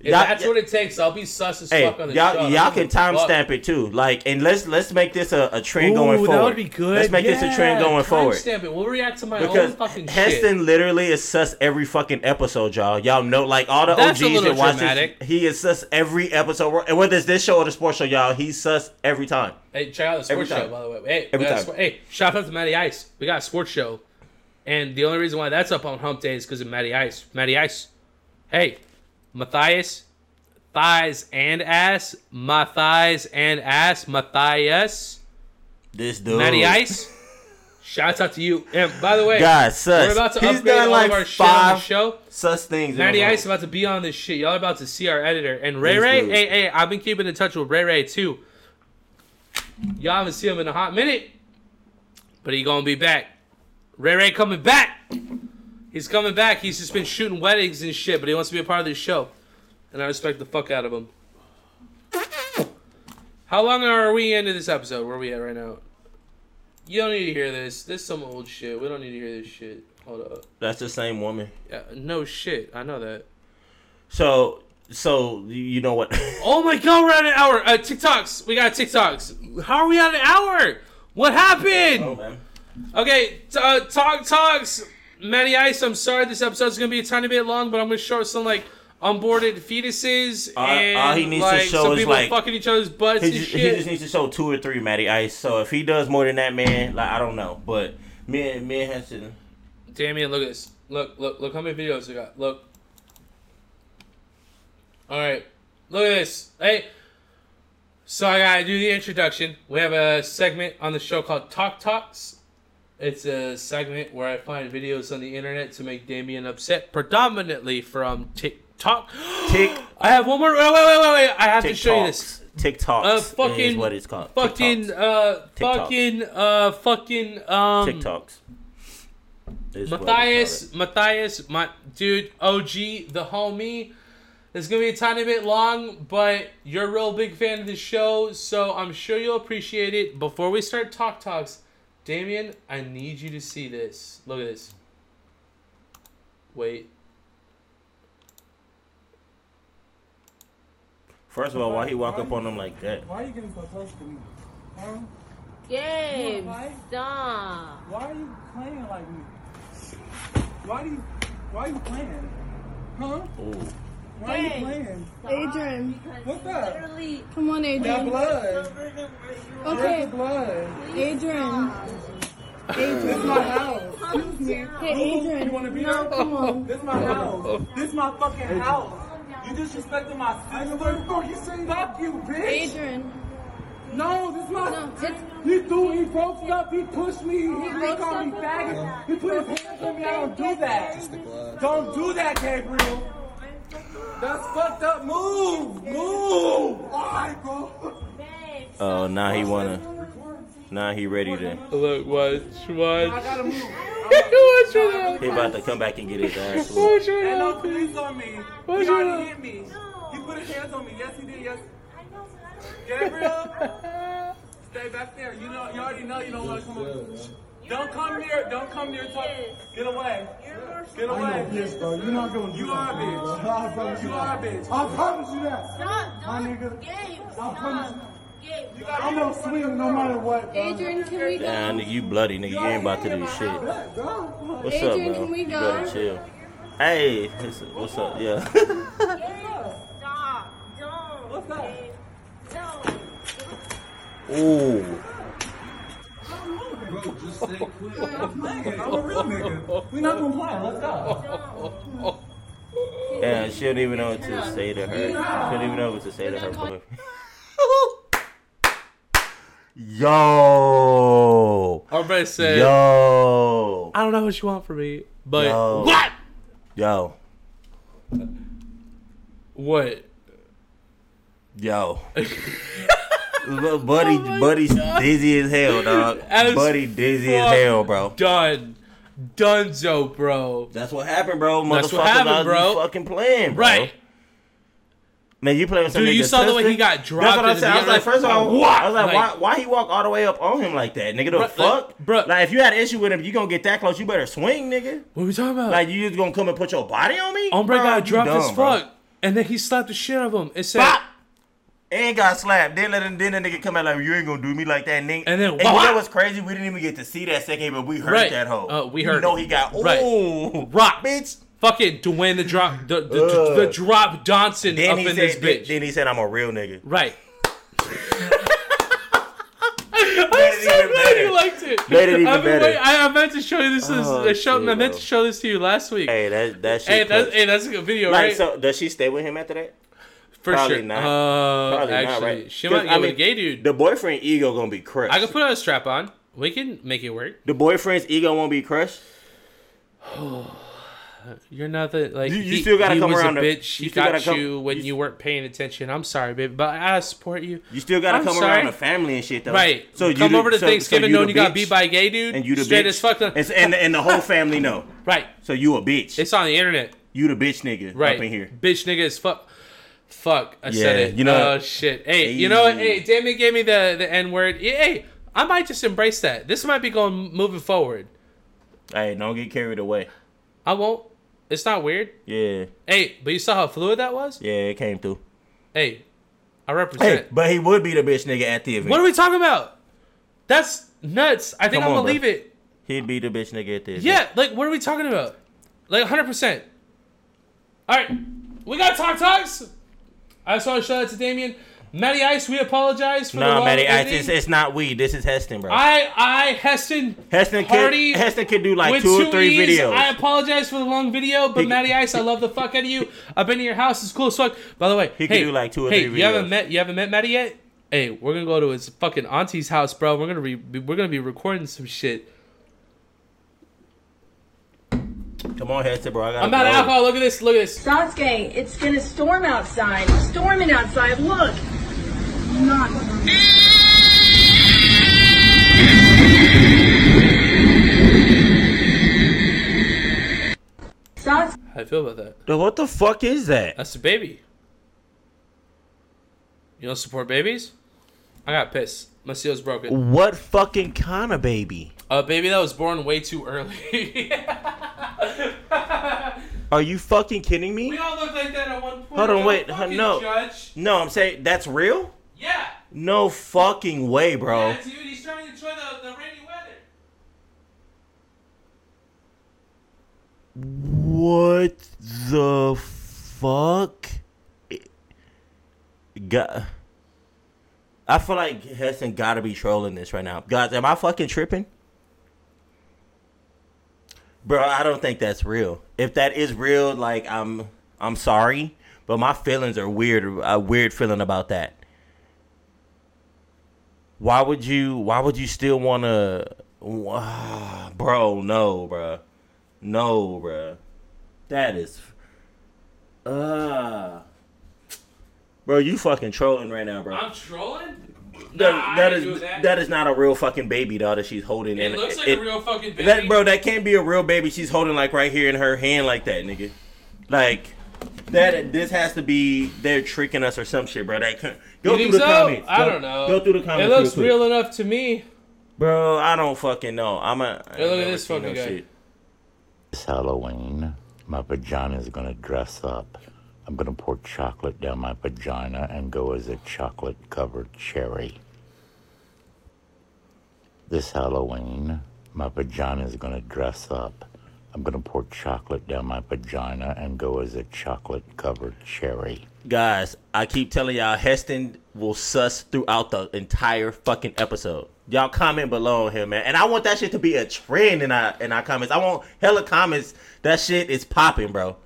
If
Y'all-
that's what it takes, I'll be sus as
Hey,
fuck on the
y'all,
show. I
y'all
don't give
can
a fuck.
timestamp it too. Like, and let's let's make this a, a trend
Ooh,
going forward.
That would be good.
Let's make this a trend
Yeah,
going forward.
Timestamp it. We'll react to my
Because
own fucking shit.
Heston literally is sus every fucking episode, y'all. Y'all know, like all the
That's a
OGs
little
that watch
dramatic.
this, he is sus every episode. And whether it's this show or the sports show, y'all, he's sus every time.
Hey, check out the
Every
sports show,
time.
by the way. Hey, we
Every
got a
time.
spor- hey, shout out to Matty Ice. We got a sports show. And the only reason why that's up on hump day is because of Matty Ice. Matty Ice. Hey, Matthias, thighs and ass. Matthias and ass. Matthias.
This dude,
Matty Ice. Shouts out to you. And by the way,
God, sus.
we're about to
He's
upgrade
done
all
like
of our shit on the
five
show.
sus things. in a
Matty
row.
Ice about to be on this shit. Y'all about to see our editor. And Ray
Please
Ray,
do.
hey, hey, I've been keeping in touch with Ray Ray too. Y'all haven't seen him in a hot minute. But he gonna be back. Ray Ray coming back. He's coming back. He's just been shooting weddings and shit, but he wants to be a part of this show. And I respect the fuck out of him. How long are we into this episode? Where are we at right now? You don't need to hear this. This is some old shit. We don't need to hear this shit. Hold up.
That's the same woman.
Yeah, no shit. I know that.
So, so you- you know what? *laughs*
Oh my god, we're at an hour. Uh, TikToks. We got TikToks. How are we at an hour? What happened?
Oh,
Okay, t- uh, talk talks. Matty Ice, I'm sorry this episode's gonna be a tiny bit long, but I'm gonna show some like unboarded fetuses
All- all
and
he needs to
like
show
some
is,
people
like,
fucking each other's butts
he,
and
just, he
shit.
just needs to show two or three Matty Ice. So if he does more than that, man, like I don't know. But me and me and Heston,
Damien, look at this. Look, look, look how many videos we got. Look. All right. Look at this. Hey. So I gotta do the introduction. We have a segment on the show called Talk Talks. It's a segment where I find videos on the internet to make Damien upset, predominantly from TikTok. *gasps* Tick. I have one more. Wait, wait, wait, wait. wait. I have to show you this.
TikToks
Uh,
is
fucking-
what it's called.
Fucking, uh, fucking, uh, fucking, um.
TikToks. is what it's
Matthias, Matthias, my dude, OG, the homie. It's gonna be a tiny bit long, but you're a real big fan of the show, so I'm sure you'll appreciate it. Before we start talk talks, Damien, I need you to see this. Look at this. Wait.
First of all, why he walk up on them like that?
Why are you giving photos to me? Huh?
Gabe,
Why?
stop.
Why are you playing like me? Why do you? Why are you playing? Huh?
Ooh.
Why are you playing?
Adrian.
What's up?
Come on, Adrian.
That blood.
Okay.
That's the blood.
Adrian.
This is my house. Excuse me.
Hey,
Who?
Adrian.
You want to be
No,
there?
come on.
*laughs* This is my house. This is my fucking house. You disrespecting my sister. What the fuck you say? Fuck you, bitch.
Adrian.
No, this is my.
No,
he threw, he broke it up, he pushed me, he
broke
he called me
stuff up?
faggot, he put his hands on me. I don't do that. Don't do that, Gabriel. That's fucked up. Move, move. Alright, bro.
Oh, now he wanna. Now he ready to.
Look, watch, *laughs*
I
watch.
gotta move.
Watch your mouth.
He about to come back and get his
*laughs*
ass.
Watch
whooped.
your
And no
mouth.
police on me.
What's
he
wrong?
already hit me. He put his hands on me. Yes, he did. Yes. Gabriel, *laughs* stay back there. You know, you already know you don't want to come over. Don't come near. Don't come near. Talk. Get away. Get away.
I'm a bitch, bro. You're not gonna do
You
that,
are a bitch.
bro. I promise you
You are a
that.
bitch.
I promise you that.
Stop,
My
don't.
nigga.
Gabe,
I promise
stop.
You
Gabe.
gotta
I'm gonna swing no matter what. bro.
Adrian, can we go?
Nah, nigga, you bloody nigga. You ain't about to do shit. What's
Adrian,
up, bro?
can we
you
go?
better chill. Hey, it's- what's up? Yeah. *laughs*
Stop. Don't. What's up?
Ooh.
I'm a real nigga. We're not gonna play. Let's go.
Yeah, she don't even know what to say to her. She don't even know what to say to her boy. *laughs* Yo.
Our brother said-
Yo.
I don't know what you want from me, but
Yo.
what?
Yo.
What? *laughs*
Yo. Bu- buddy,
Oh
buddy's dizzy as hell,
*laughs*
dog.
As
buddy dizzy as
fuck
hell, bro.
Done. Dunzo, bro.
That's what happened, bro.
That's what
Motherfucker,
happened,
dog, you
bro.
fucking playing, bro.
Right.
Man, you playing with some
Dude, you
nigga's
saw the way
sister?
he got
That's
dropped
what I
and
said. I was
the
like,
other-
first of all,
What?
I was like,
Like-
why, why he walk all the way up on him like that, nigga? The
Bruh,
fuck,
like, bro.
Like, if you had an issue with him, you gonna get that close. You better swing, nigga.
What we talking about?
Like, you just gonna come and put your body on me?
Ombre
Bro,
got
you
dropped as
dumb, bro.
fuck, and then he slapped the shit out of him. It said,
And got slapped. Then let him, then the nigga come out like you ain't gonna do me like that, nigga.
And then,
you know
wah!
what's crazy? We didn't even get to see that second, but we heard
Right.
that hoe.
Uh, we heard
You know
it.
he got
Right.
ooh
"Rock,
bitch."
Fucking Dwayne the drop, the the, the, the drop Johnson
Then
up
he
in
said,
this
then-
bitch.
Then he said, "I'm a real nigga." *laughs*
*laughs* Right.
I'm
so glad you liked it. *laughs*
Made it even
I've been
better.
wait- I, I meant to show you this. this
Oh,
I, showed,
shit,
I meant
bro.
to show this to you last week.
Hey, that that shit.
Hey, that's,
clutch.
hey, that's a good video,
like,
right?
so does she stay with him after that?
For
Probably
sure.
Not.
Uh,
Probably
actually,
not, right?
she
'Cause,
might get with a gay dude.
The boyfriend ego gonna be crushed.
I could put a strap on. We can make it work.
the boyfriend's ego won't be crushed.
You're nothing like
You- you
he-
still gotta
he
come
was
around
A
to-
bitch. He
you still
got
gotta come-
you when you, weren't paying attention. I'm sorry, baby, but I support you.
You still gotta
I'm
come
sorry.
around the family and shit though.
Right. So come
the-
over to
so- so
Thanksgiving knowing
the
you got
bitch,
beat by a gay dude.
and you the
straight
bitch.
as fuck.
and, and and the whole family know.
Right.
So you a bitch.
It's on the internet.
You the bitch nigga
Right.
up in here.
Bitch nigga is fuck. Fuck. I said
Yeah,
it.
you know-
oh shit. Hey, you know what? Hey, Damien gave me the the N word. Yeah, hey, I might just embrace that. This might be going moving forward.
Hey, don't get carried away.
I won't. It's not weird.
Yeah.
Hey, but you saw how fluid that was.
Yeah, it came through.
Hey, I represent.
Hey, but he would be the bitch nigga at the event.
What are we talking about? That's nuts. I think
Come
I'm
on,
gonna
bro.
leave it.
He'd be the bitch nigga at the event.
Yeah, like what are we talking about? Like 100. percent All right, we got talk talks. I just want to shout out to Damien, Matty Ice. We apologize for the
Nah,
long
man,
ending.
it's, it's not we. This is Heston, bro.
I, I, Heston,
Heston
Hardy
could Heston could do like
with
two or three
E's.
videos.
I apologize for the long video, but
*laughs*
Matty Ice, I love the fuck out of you. I've been to your house; it's cool as fuck. By the way,
He could
hey,
do, like, two or
hey,
three
you haven't
videos.
met you haven't met Matty yet. Hey, we're gonna go to his fucking auntie's house, bro. We're gonna be we're gonna be recording some shit.
Come on, Hester, bro. I got
I'm out of alcohol. Look at this. Look at this.
Sasuke, it's gonna storm outside. Storming outside. Look. Not. Sasuke.
How do you feel about that?
Dude, what the fuck is that?
That's a baby. You don't support babies? I got pissed. My seal's broken.
What fucking kind of baby?
A baby that was born way too early. *laughs*
Are you fucking kidding me?
all look like that at one point.
Hold on,
Don't
wait.
fucking
no.
judge.
No, I'm saying that's real?
Yeah.
No fucking way, bro.
dude, he's trying to enjoy the, the rainy weather.
What the fuck? God. I feel like Heston gotta be trolling this right now. Guys, am I fucking tripping? Bro, I don't think that's real. If that is real, like I'm I'm sorry, but my feelings are weird a weird feeling about that. Why would you why would you still wanna Wha- bro, no, bro. No, bruh. That is. Uh. Bro, you fucking trolling right now, bro.
I'm trolling?
That-
Nah, I
that
didn't
is
do that.
that is not a real fucking baby doll that she's holding.
It
and
looks like a real fucking baby.
That bro, that can't be a real baby. She's holding like right here in her hand like that, nigga. Like that. This has to be they're tricking us or some shit, bro. That can't- go
You
through
think
the
so?
comments.
I
Go-
don't know.
Go through the comments.
It looks
quick.
real enough to me.
bro. I don't fucking know. I'm a.
Hey, look at this fucking guy.
It's Halloween. My vagina's gonna dress up. I'm gonna pour chocolate down my vagina and go as a chocolate covered cherry. This Halloween, my vagina's gonna dress up. I'm gonna pour chocolate down my vagina and go as a chocolate covered cherry.
Guys, I keep telling y'all, Heston will suss throughout the entire fucking episode. Y'all comment below on him, man. And I want that shit to be a trend in our in our comments. I want hella comments. That shit is popping, bro.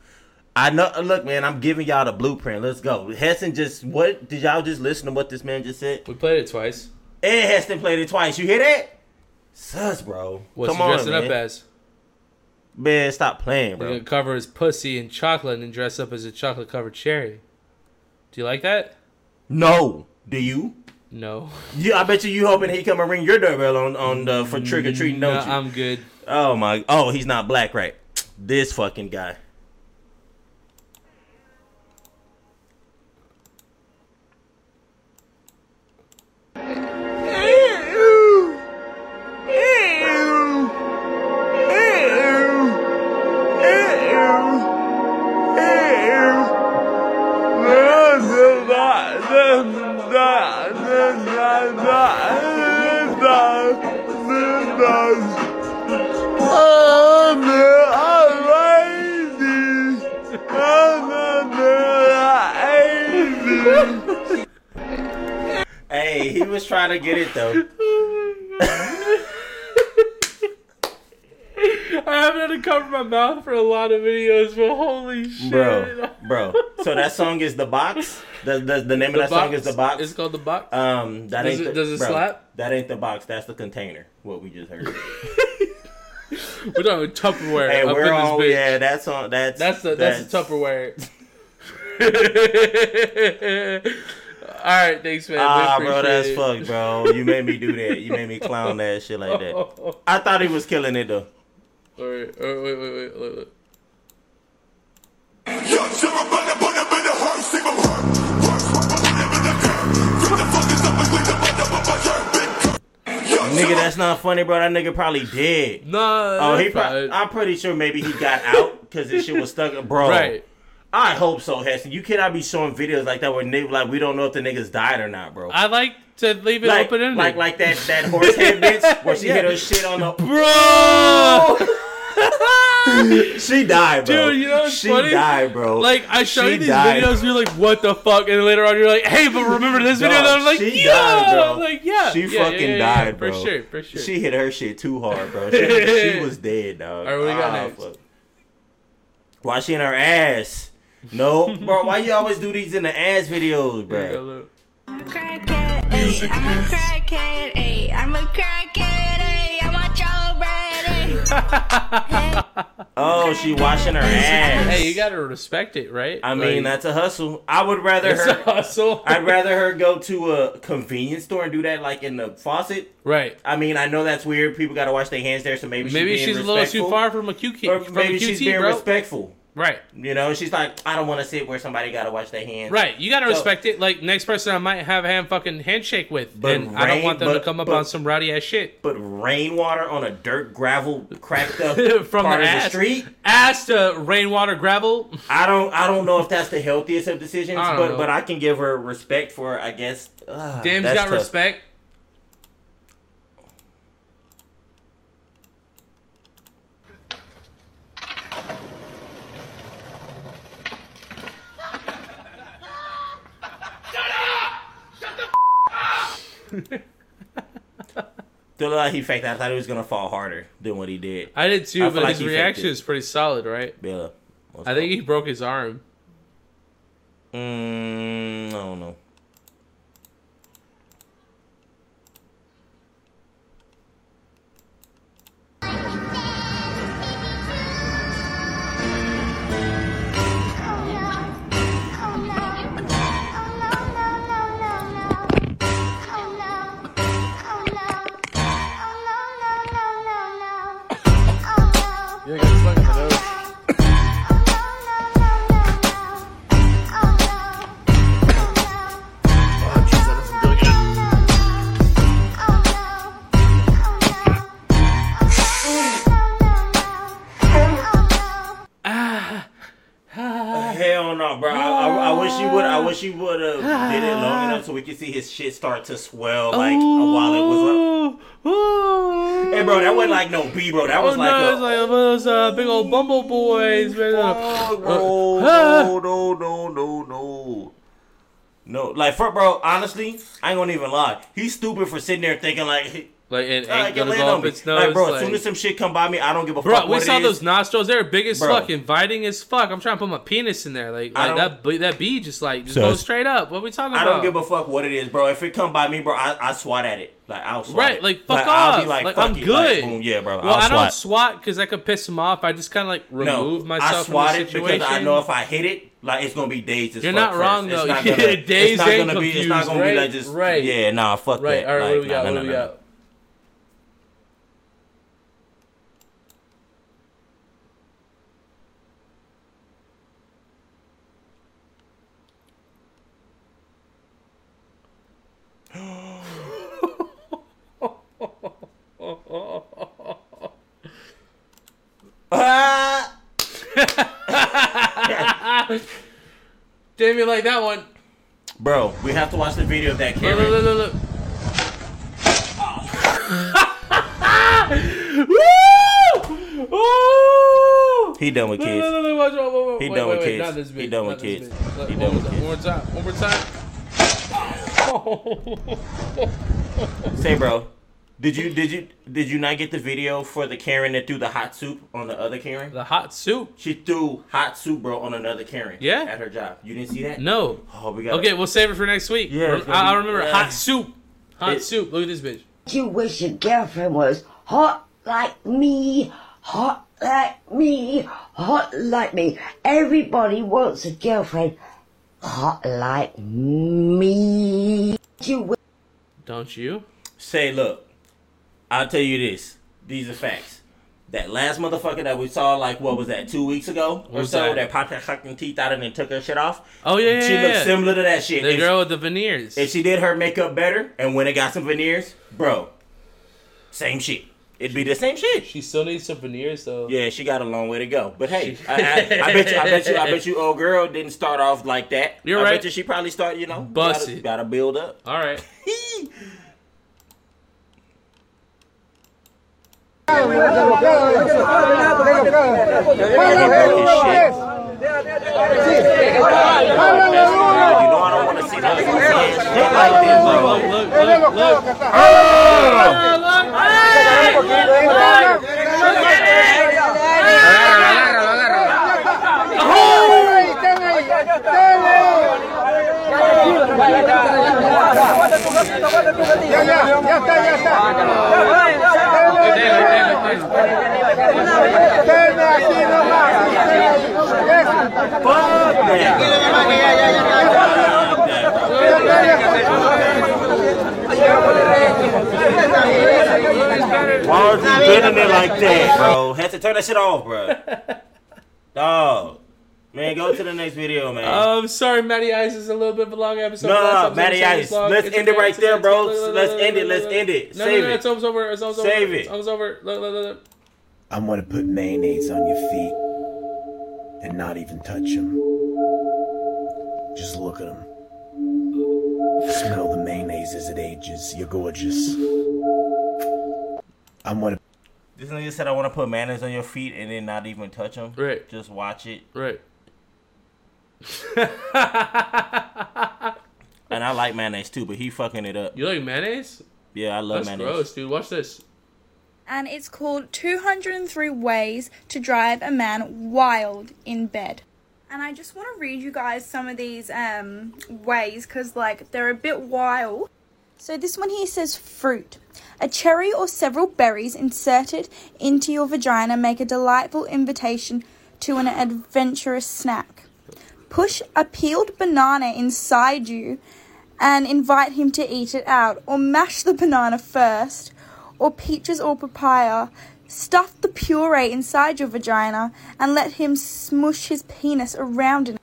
I know. Look, man, I'm giving y'all the blueprint. Let's go. Heston just what did y'all just listen to what this man just said?
We played it twice.
And Heston played it twice. You hear that? Sus, bro.
What's he dressing up as?
Man, stop playing,
They're
bro.
gonna cover his pussy in chocolate and dress up as a chocolate covered cherry. Do you like that?
No. Do you?
No.
Yeah, I bet you you hoping he come and ring your doorbell on on the for trick or treating, don't
Nah,
you?
I'm good.
Oh my! Oh, he's not black, right? This fucking guy. *laughs* Hey, he was trying to get it
*laughs*
though.
*laughs* I haven't had to cover my mouth for a lot of videos, but holy shit.
bro, bro. So that song is the box. The the, the name
The
of that song is the box.
It's called the box.
Um, that
Does
ain't
it-
the,
does it
bro,
slap?
That ain't the box. That's the container. What we just heard.
*laughs* We're talking Tupperware.
hey,
up in
we're
this
all
bitch.
yeah. That's on. That's
That's the that's,
*laughs*
the Tupperware. All right, thanks, man. We
Ah, bro, that's
appreciate it.
fucked, bro. You made me do that. You made me clown that shit like
*laughs*
that. I thought he was killing it though.
All right, all right, wait, wait, wait, wait, wait.
Nigga, that's not funny, bro. That nigga probably dead.
No.
Oh, he
that's
probably. I'm pretty sure maybe he got out because this shit was stuck, bro.
Right.
I hope so, Heston. You cannot be showing videos like that where nigga, like we don't know if the niggas died or not, bro.
I like to leave it
like,
open ended.
like like that that horse head bitch
*laughs*
where she hit her shit on the
bro.
*laughs* she died, bro.
Dude, you know what's
she
funny?
died, bro.
Like I show
She
you these
died.
videos, you're like, "What the fuck?" And later on, you're like, "Hey, but remember this video?"
Dog,
And I'm like,
she
"Yeah,
died, bro.
I'm like, yeah."
she
Yeah, yeah,
fucking
yeah, yeah,
died, bro.
For sure, for sure.
She hit her shit too hard,
*laughs*
bro. She, she was dead, dog.
All right, what we got
Ah,
next?
fuck. Why she in her ass?
*laughs*
No, bro. Why you always do these in the ass videos, bro?
crackhead, ayy. I'm a crackhead, ayy. I'm a crackhead, ayy. I want y'all ready.
Oh, she washing her ass.
Hey, you gotta respect it, right?
I mean,
*laughs* Like-
that's a hustle. I would rather
It's
her
a hustle.
I'd rather her go to a convenience store and do that, like in the faucet.
Right.
I mean, I know that's weird. People got to wash their hands there, so maybe she's
Maybe
being
she's a little too
respectful.
far from a QT.
Or
from
maybe
a QT,
she's being
bro.
respectful.
Right.
You know, she's like, I don't want to sit where somebody got to wash their hands.
Right, you gotta
So-
respect it. Like next person, I might have a hand fucking handshake with,
But
and I don't
rain-
want them
but-
to come up
but-
on some rowdy ass shit.
But rainwater on a dirt gravel cracked up
*laughs*
*laughs*
From
part
the
of
ass.
the street. Ah,
Ass to rainwater gravel.
I don't. I don't know if that's the healthiest of decisions,
I don't
but
know.
but I can give her respect for. I guess. Uh,
Dam's got respect.
Feel like he faked. I thought he was gonna fall harder than what he did.
I did too,
I feel
but
like
his
he faked
reaction
it.
is pretty solid, right?
Yeah.
I think he broke
*laughs*
his arm.
Mm, I don't know.
You ain't got to for those.
Hell no, bro. I, I, I wish you would. I wish you would have did it long enough so we could see his shit start to swell like a while it
Oh.
was up. Hey, bro, that wasn't like no B, bro. That was
oh,
like
no,
a,
it's like those uh, big old bumble boys. man.
no,
Ah.
Oh, no, no, no, no, no. No, like for bro, honestly, I ain't gonna even lie. He's stupid for sitting there thinking like, *laughs*
like and
"Ah,
ain't
you
gonna
land
go
on
up
me."
its
Like, bro,
nose,
as soon
like-
as some shit come by me, I don't give a
Bro,
fuck.
we
what
saw
it is.
those nostrils. They're big as
Bro.
fuck, inviting as fuck. I'm trying to put my penis in there, like,
I
like that. b- That bee just like just
So
go
it's-
straight up. What we talking
I
about?
don't give a fuck what it is, bro. If it come by me, bro, I, I swat at it. Like I'll swat.
Right,
it.
like fuck off.
I'll be like,
like,
fuck
I'm
you. Like,
good.
boom, yeah, bro.
Well,
I'll
I do
swat.
not swat because I could piss him off. I just kind of like remove
no,
myself
I swat
from the
it
situation.
because I know if I hit it, like it's gonna be days. As
You're
fuck
not
first.
wrong,
It's
though.
not
*laughs* Yeah,
gonna,
dazed
it's not
and
gonna be. It's not
confused,
gonna
right?
be like just
Right.
Yeah, nah, fuck
Right,
that.
all right, what
Like,
do we got?
nah,
What
nah,
do
nah,
we
nah.
got? Damn, you like that one?
Bro, we have to watch the video of that
Look,
camera.
look, look, look, *laughs* look. Woo! Ooh!
He done with
Look,
kids.
look, look, look, watch, whoa, whoa, whoa.
He
Wait,
done
wait,
with
wait, not this
kids. He
big,
done with
not
kids.
this big. Look,
He
one
done
more
with
time,
kids.
One more time. One more time.
Say, bro, did you did you did you not get the video for the Karen that threw the hot soup on the other Karen?
The hot soup.
She threw hot soup, bro, on another Karen.
Yeah?
At her job. You didn't see that?
No.
Oh, we got.
Okay, we'll save it for next week.
Yeah,
Rem- I, I remember
yeah.
hot soup. Hot
It-
soup. Look at this bitch.
You wish your girlfriend was hot like me, hot like me, hot like me. Everybody wants a girlfriend hot like me. You wish.
Don't you?
Say, look, I'll tell you this. These are facts. That last motherfucker that we saw, like, what was that, two weeks ago or
was
so,
that?
that? popped her fucking teeth out and then took her shit off.
Oh yeah, yeah
she
yeah,
looks
yeah.
similar to that shit.
The
If-
girl with the veneers.
If she did her makeup better and when it got some veneers, bro, same shit. It'd be the same shit.
She still needs some veneers though.
Yeah, she got a long way to go. But hey, I, I, I bet you, I bet you, I bet you, old girl didn't start off like that.
You're
I
right.
Bet you she probably started, you know,
Bust
gotta,
it.
gotta build up.
All right.
Ya, ya, ya está, ya está.
Why are you bending it like that, bro? Had to turn that shit off, bro. Dog. Man, go to the next video, man.
Um, sorry, Matty Ice is a little bit of a long episode.
No,
Last
no,
episode
Matty
was
Ice.
long.
Let's
It's
end it
okay.
right there, bro. Let's end it.
no,
Let's
no,
end it.
No,
Save
no, no,
it.
It's almost over. It's almost over.
Save it.
It's almost over. Look, look, look, look.
I'm gonna put mayonnaise on your feet and not even touch them. Just look at them. Smell the mayonnaise as it ages. You're gorgeous. I'm gonna.
This nigga said I want to put manners on your feet and then not even touch them.
Right.
Just watch it.
Right.
*laughs* and I like mayonnaise too, but he fucking it up.
You like mayonnaise?
Yeah, I love
That's
mayonnaise.
gross, dude. Watch this.
and it's called 203 Ways to Drive a Man Wild in Bed. And I just want to read you guys some of these um, ways because, like, they're a bit wild. So, this one here says fruit. A cherry or several berries inserted into your vagina make a delightful invitation to an adventurous snack. Push a peeled banana inside you and invite him to eat it out, or mash the banana first, or peaches or papaya. Stuff the puree inside your vagina and let him smush his penis around in it.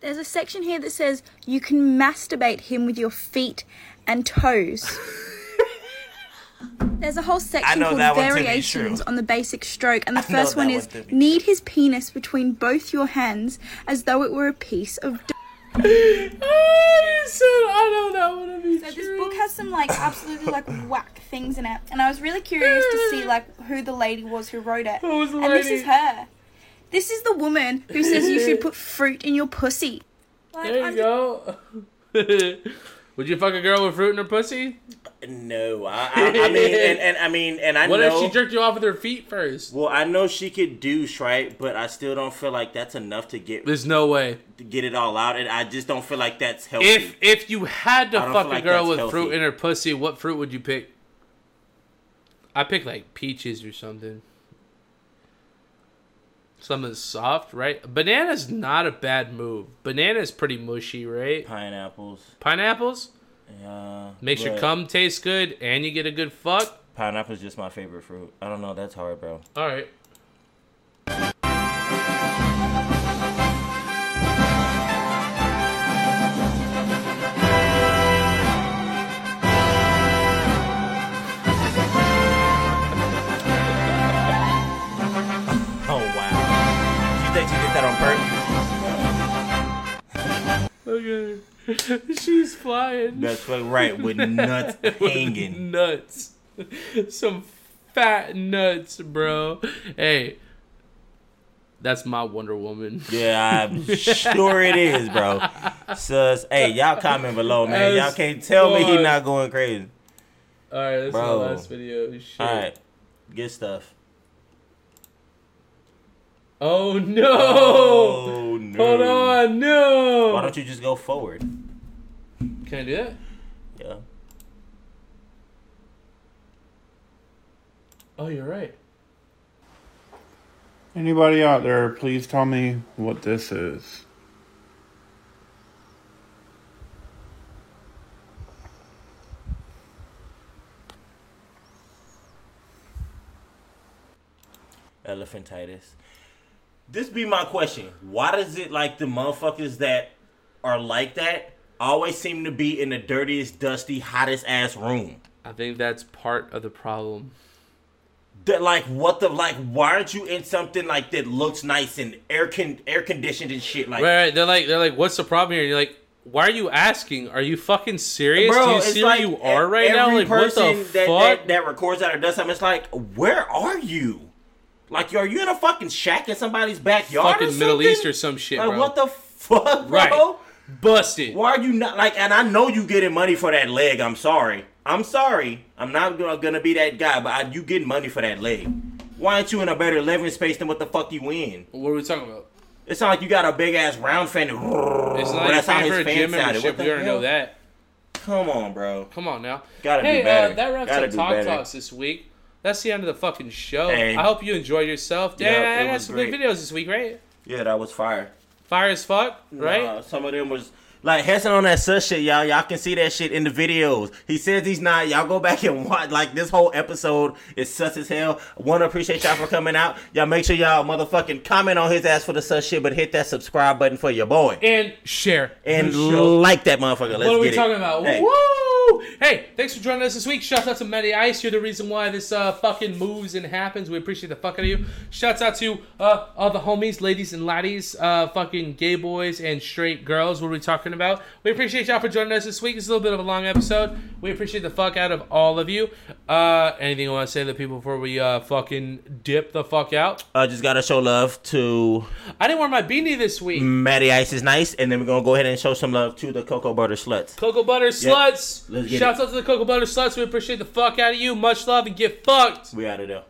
There's a section here that says you can masturbate him with your feet and toes. There's a whole
I
section
know
called
that one to be
variations
true.
on the basic stroke, and the
I know
first
that
one
one
is
to be
knead his penis between both your hands as though it were a piece of. d-
I know that would be
so this book has some like absolutely like whack things in it, and I was really curious to see like who the lady was who wrote it. was the and this lady? is her. This is the woman who says you should put fruit in your pussy.
There you go. *laughs* Would you fuck a girl with fruit in her pussy?
No, I, I, I mean, and, and I mean, and I
what
know.
if she jerked you off with her feet first?
Well, I know she could douche, right? But I still don't feel like that's enough to get
There's no way.
to get it all out, and I just don't feel like that's healthy.
If if you had to
I don't
fuck
feel
a
like
girl
that's
with fruit
healthy.
in her pussy, what fruit would you pick? I pick like peaches or something. Something soft, right? Banana's not a bad move. Banana's pretty mushy, right?
Pineapples.
Pineapples?
Yeah.
Makes your
but
cum taste good and you get a good fuck.
Pineapple's just my favorite fruit. I don't know. That's hard, bro.
All right.
Oh wow. You think you did that on purpose?
Okay. *laughs* She's flying.
That's like right *laughs* with nuts hanging.
nuts. *laughs* Some fat nuts, bro. Hey, that's my Wonder Woman.
Yeah, I'm sure it is, bro. Sus, hey, y'all comment below, man. Y'all can't tell me he
That's-
not going crazy,
All right, that's
bro.
my last video. Shit.
All right, good stuff.
Oh no!
Oh, no.
Hold on, no.
Why don't you just go forward?
Can I do that?
Yeah.
Oh, you're right.
Anybody out there, please tell me what this is.
Elephantitis. This be my question. Why does it like the motherfuckers that are like that always seem to be in the dirtiest, dusty, hottest ass room?
I think that's part of the problem.
That like what the like? Why aren't you in something like that looks nice and air con air conditioned and shit like?
right, right, they're like, they're like, what's the problem here? And you're like, why are you asking? Are you fucking serious? Do you
it's
see where you are
e-
right now?
every
Like, what the
that,
fuck?
That, that records that or does something, it's like, where are you? Like, are you in a fucking shack in somebody's backyard? or
fucking Middle
something?
East or some shit,
Like,
bro.
what the fuck, bro?
Right. Busted.
Why are you not like? And I know you getting money for that leg. I'm sorry. I'm sorry. I'm not gonna, gonna be that guy, but I, you getting money for that leg. Why aren't you in a better living space than what the fuck you in?
What are we talking about?
It's not like you got a big ass round fan.
It's not
*laughs*
like
Oh, that's
you're
how
paying
his
for a
fan sounded.
gym
What
membership.
the
We already know
hell?
that.
Come on, bro.
Come on now.
Gotta
hey,
do better.
Uh, that wraps
Gotta
up
do
Talk
better.
Talks this week. That's the end of the fucking show.
Hey.
I hope you enjoyed yourself.
Yeah,
Damn,
it
I got
was
some good
great.
videos this week, right?
Yeah, that was fire.
Fire as fuck, right?
Nah, some of them was like Hessen on that sus shit, y'all. Y'all can see that shit in the videos. He says he's not. Y'all go back and watch. Like this whole episode is sus as hell. Want to appreciate y'all for coming out. Y'all make sure y'all motherfucking comment on his ass for the sus shit, but hit that subscribe button for your boy
and share
and
Good show.
like that motherfucker. Let's
what are we
get it.
talking about?
Hey.
Woo! Hey, thanks for joining us this week. Shouts out to Matty Ice. You're the reason why this uh, fucking moves and happens. We appreciate the fuck out of you. Shouts out to uh, all the homies, ladies and laddies, uh, fucking gay boys and straight girls. What are we talking about? We appreciate y'all for joining us this week. It's a little bit of a long episode. We appreciate the fuck out of all of you. Uh, anything you want to say to the people before we uh, fucking dip the fuck out?
Uh, just gotta show love to
I didn't wear my beanie this week.
Matty Ice is nice, and then we're gonna go ahead and show some love to the Cocoa Butter Sluts.
Cocoa Butter Sluts.
Let's get
Shouts out to the Cocoa Butter Sluts. We appreciate the fuck out of you. Much love and get fucked.
We out of there.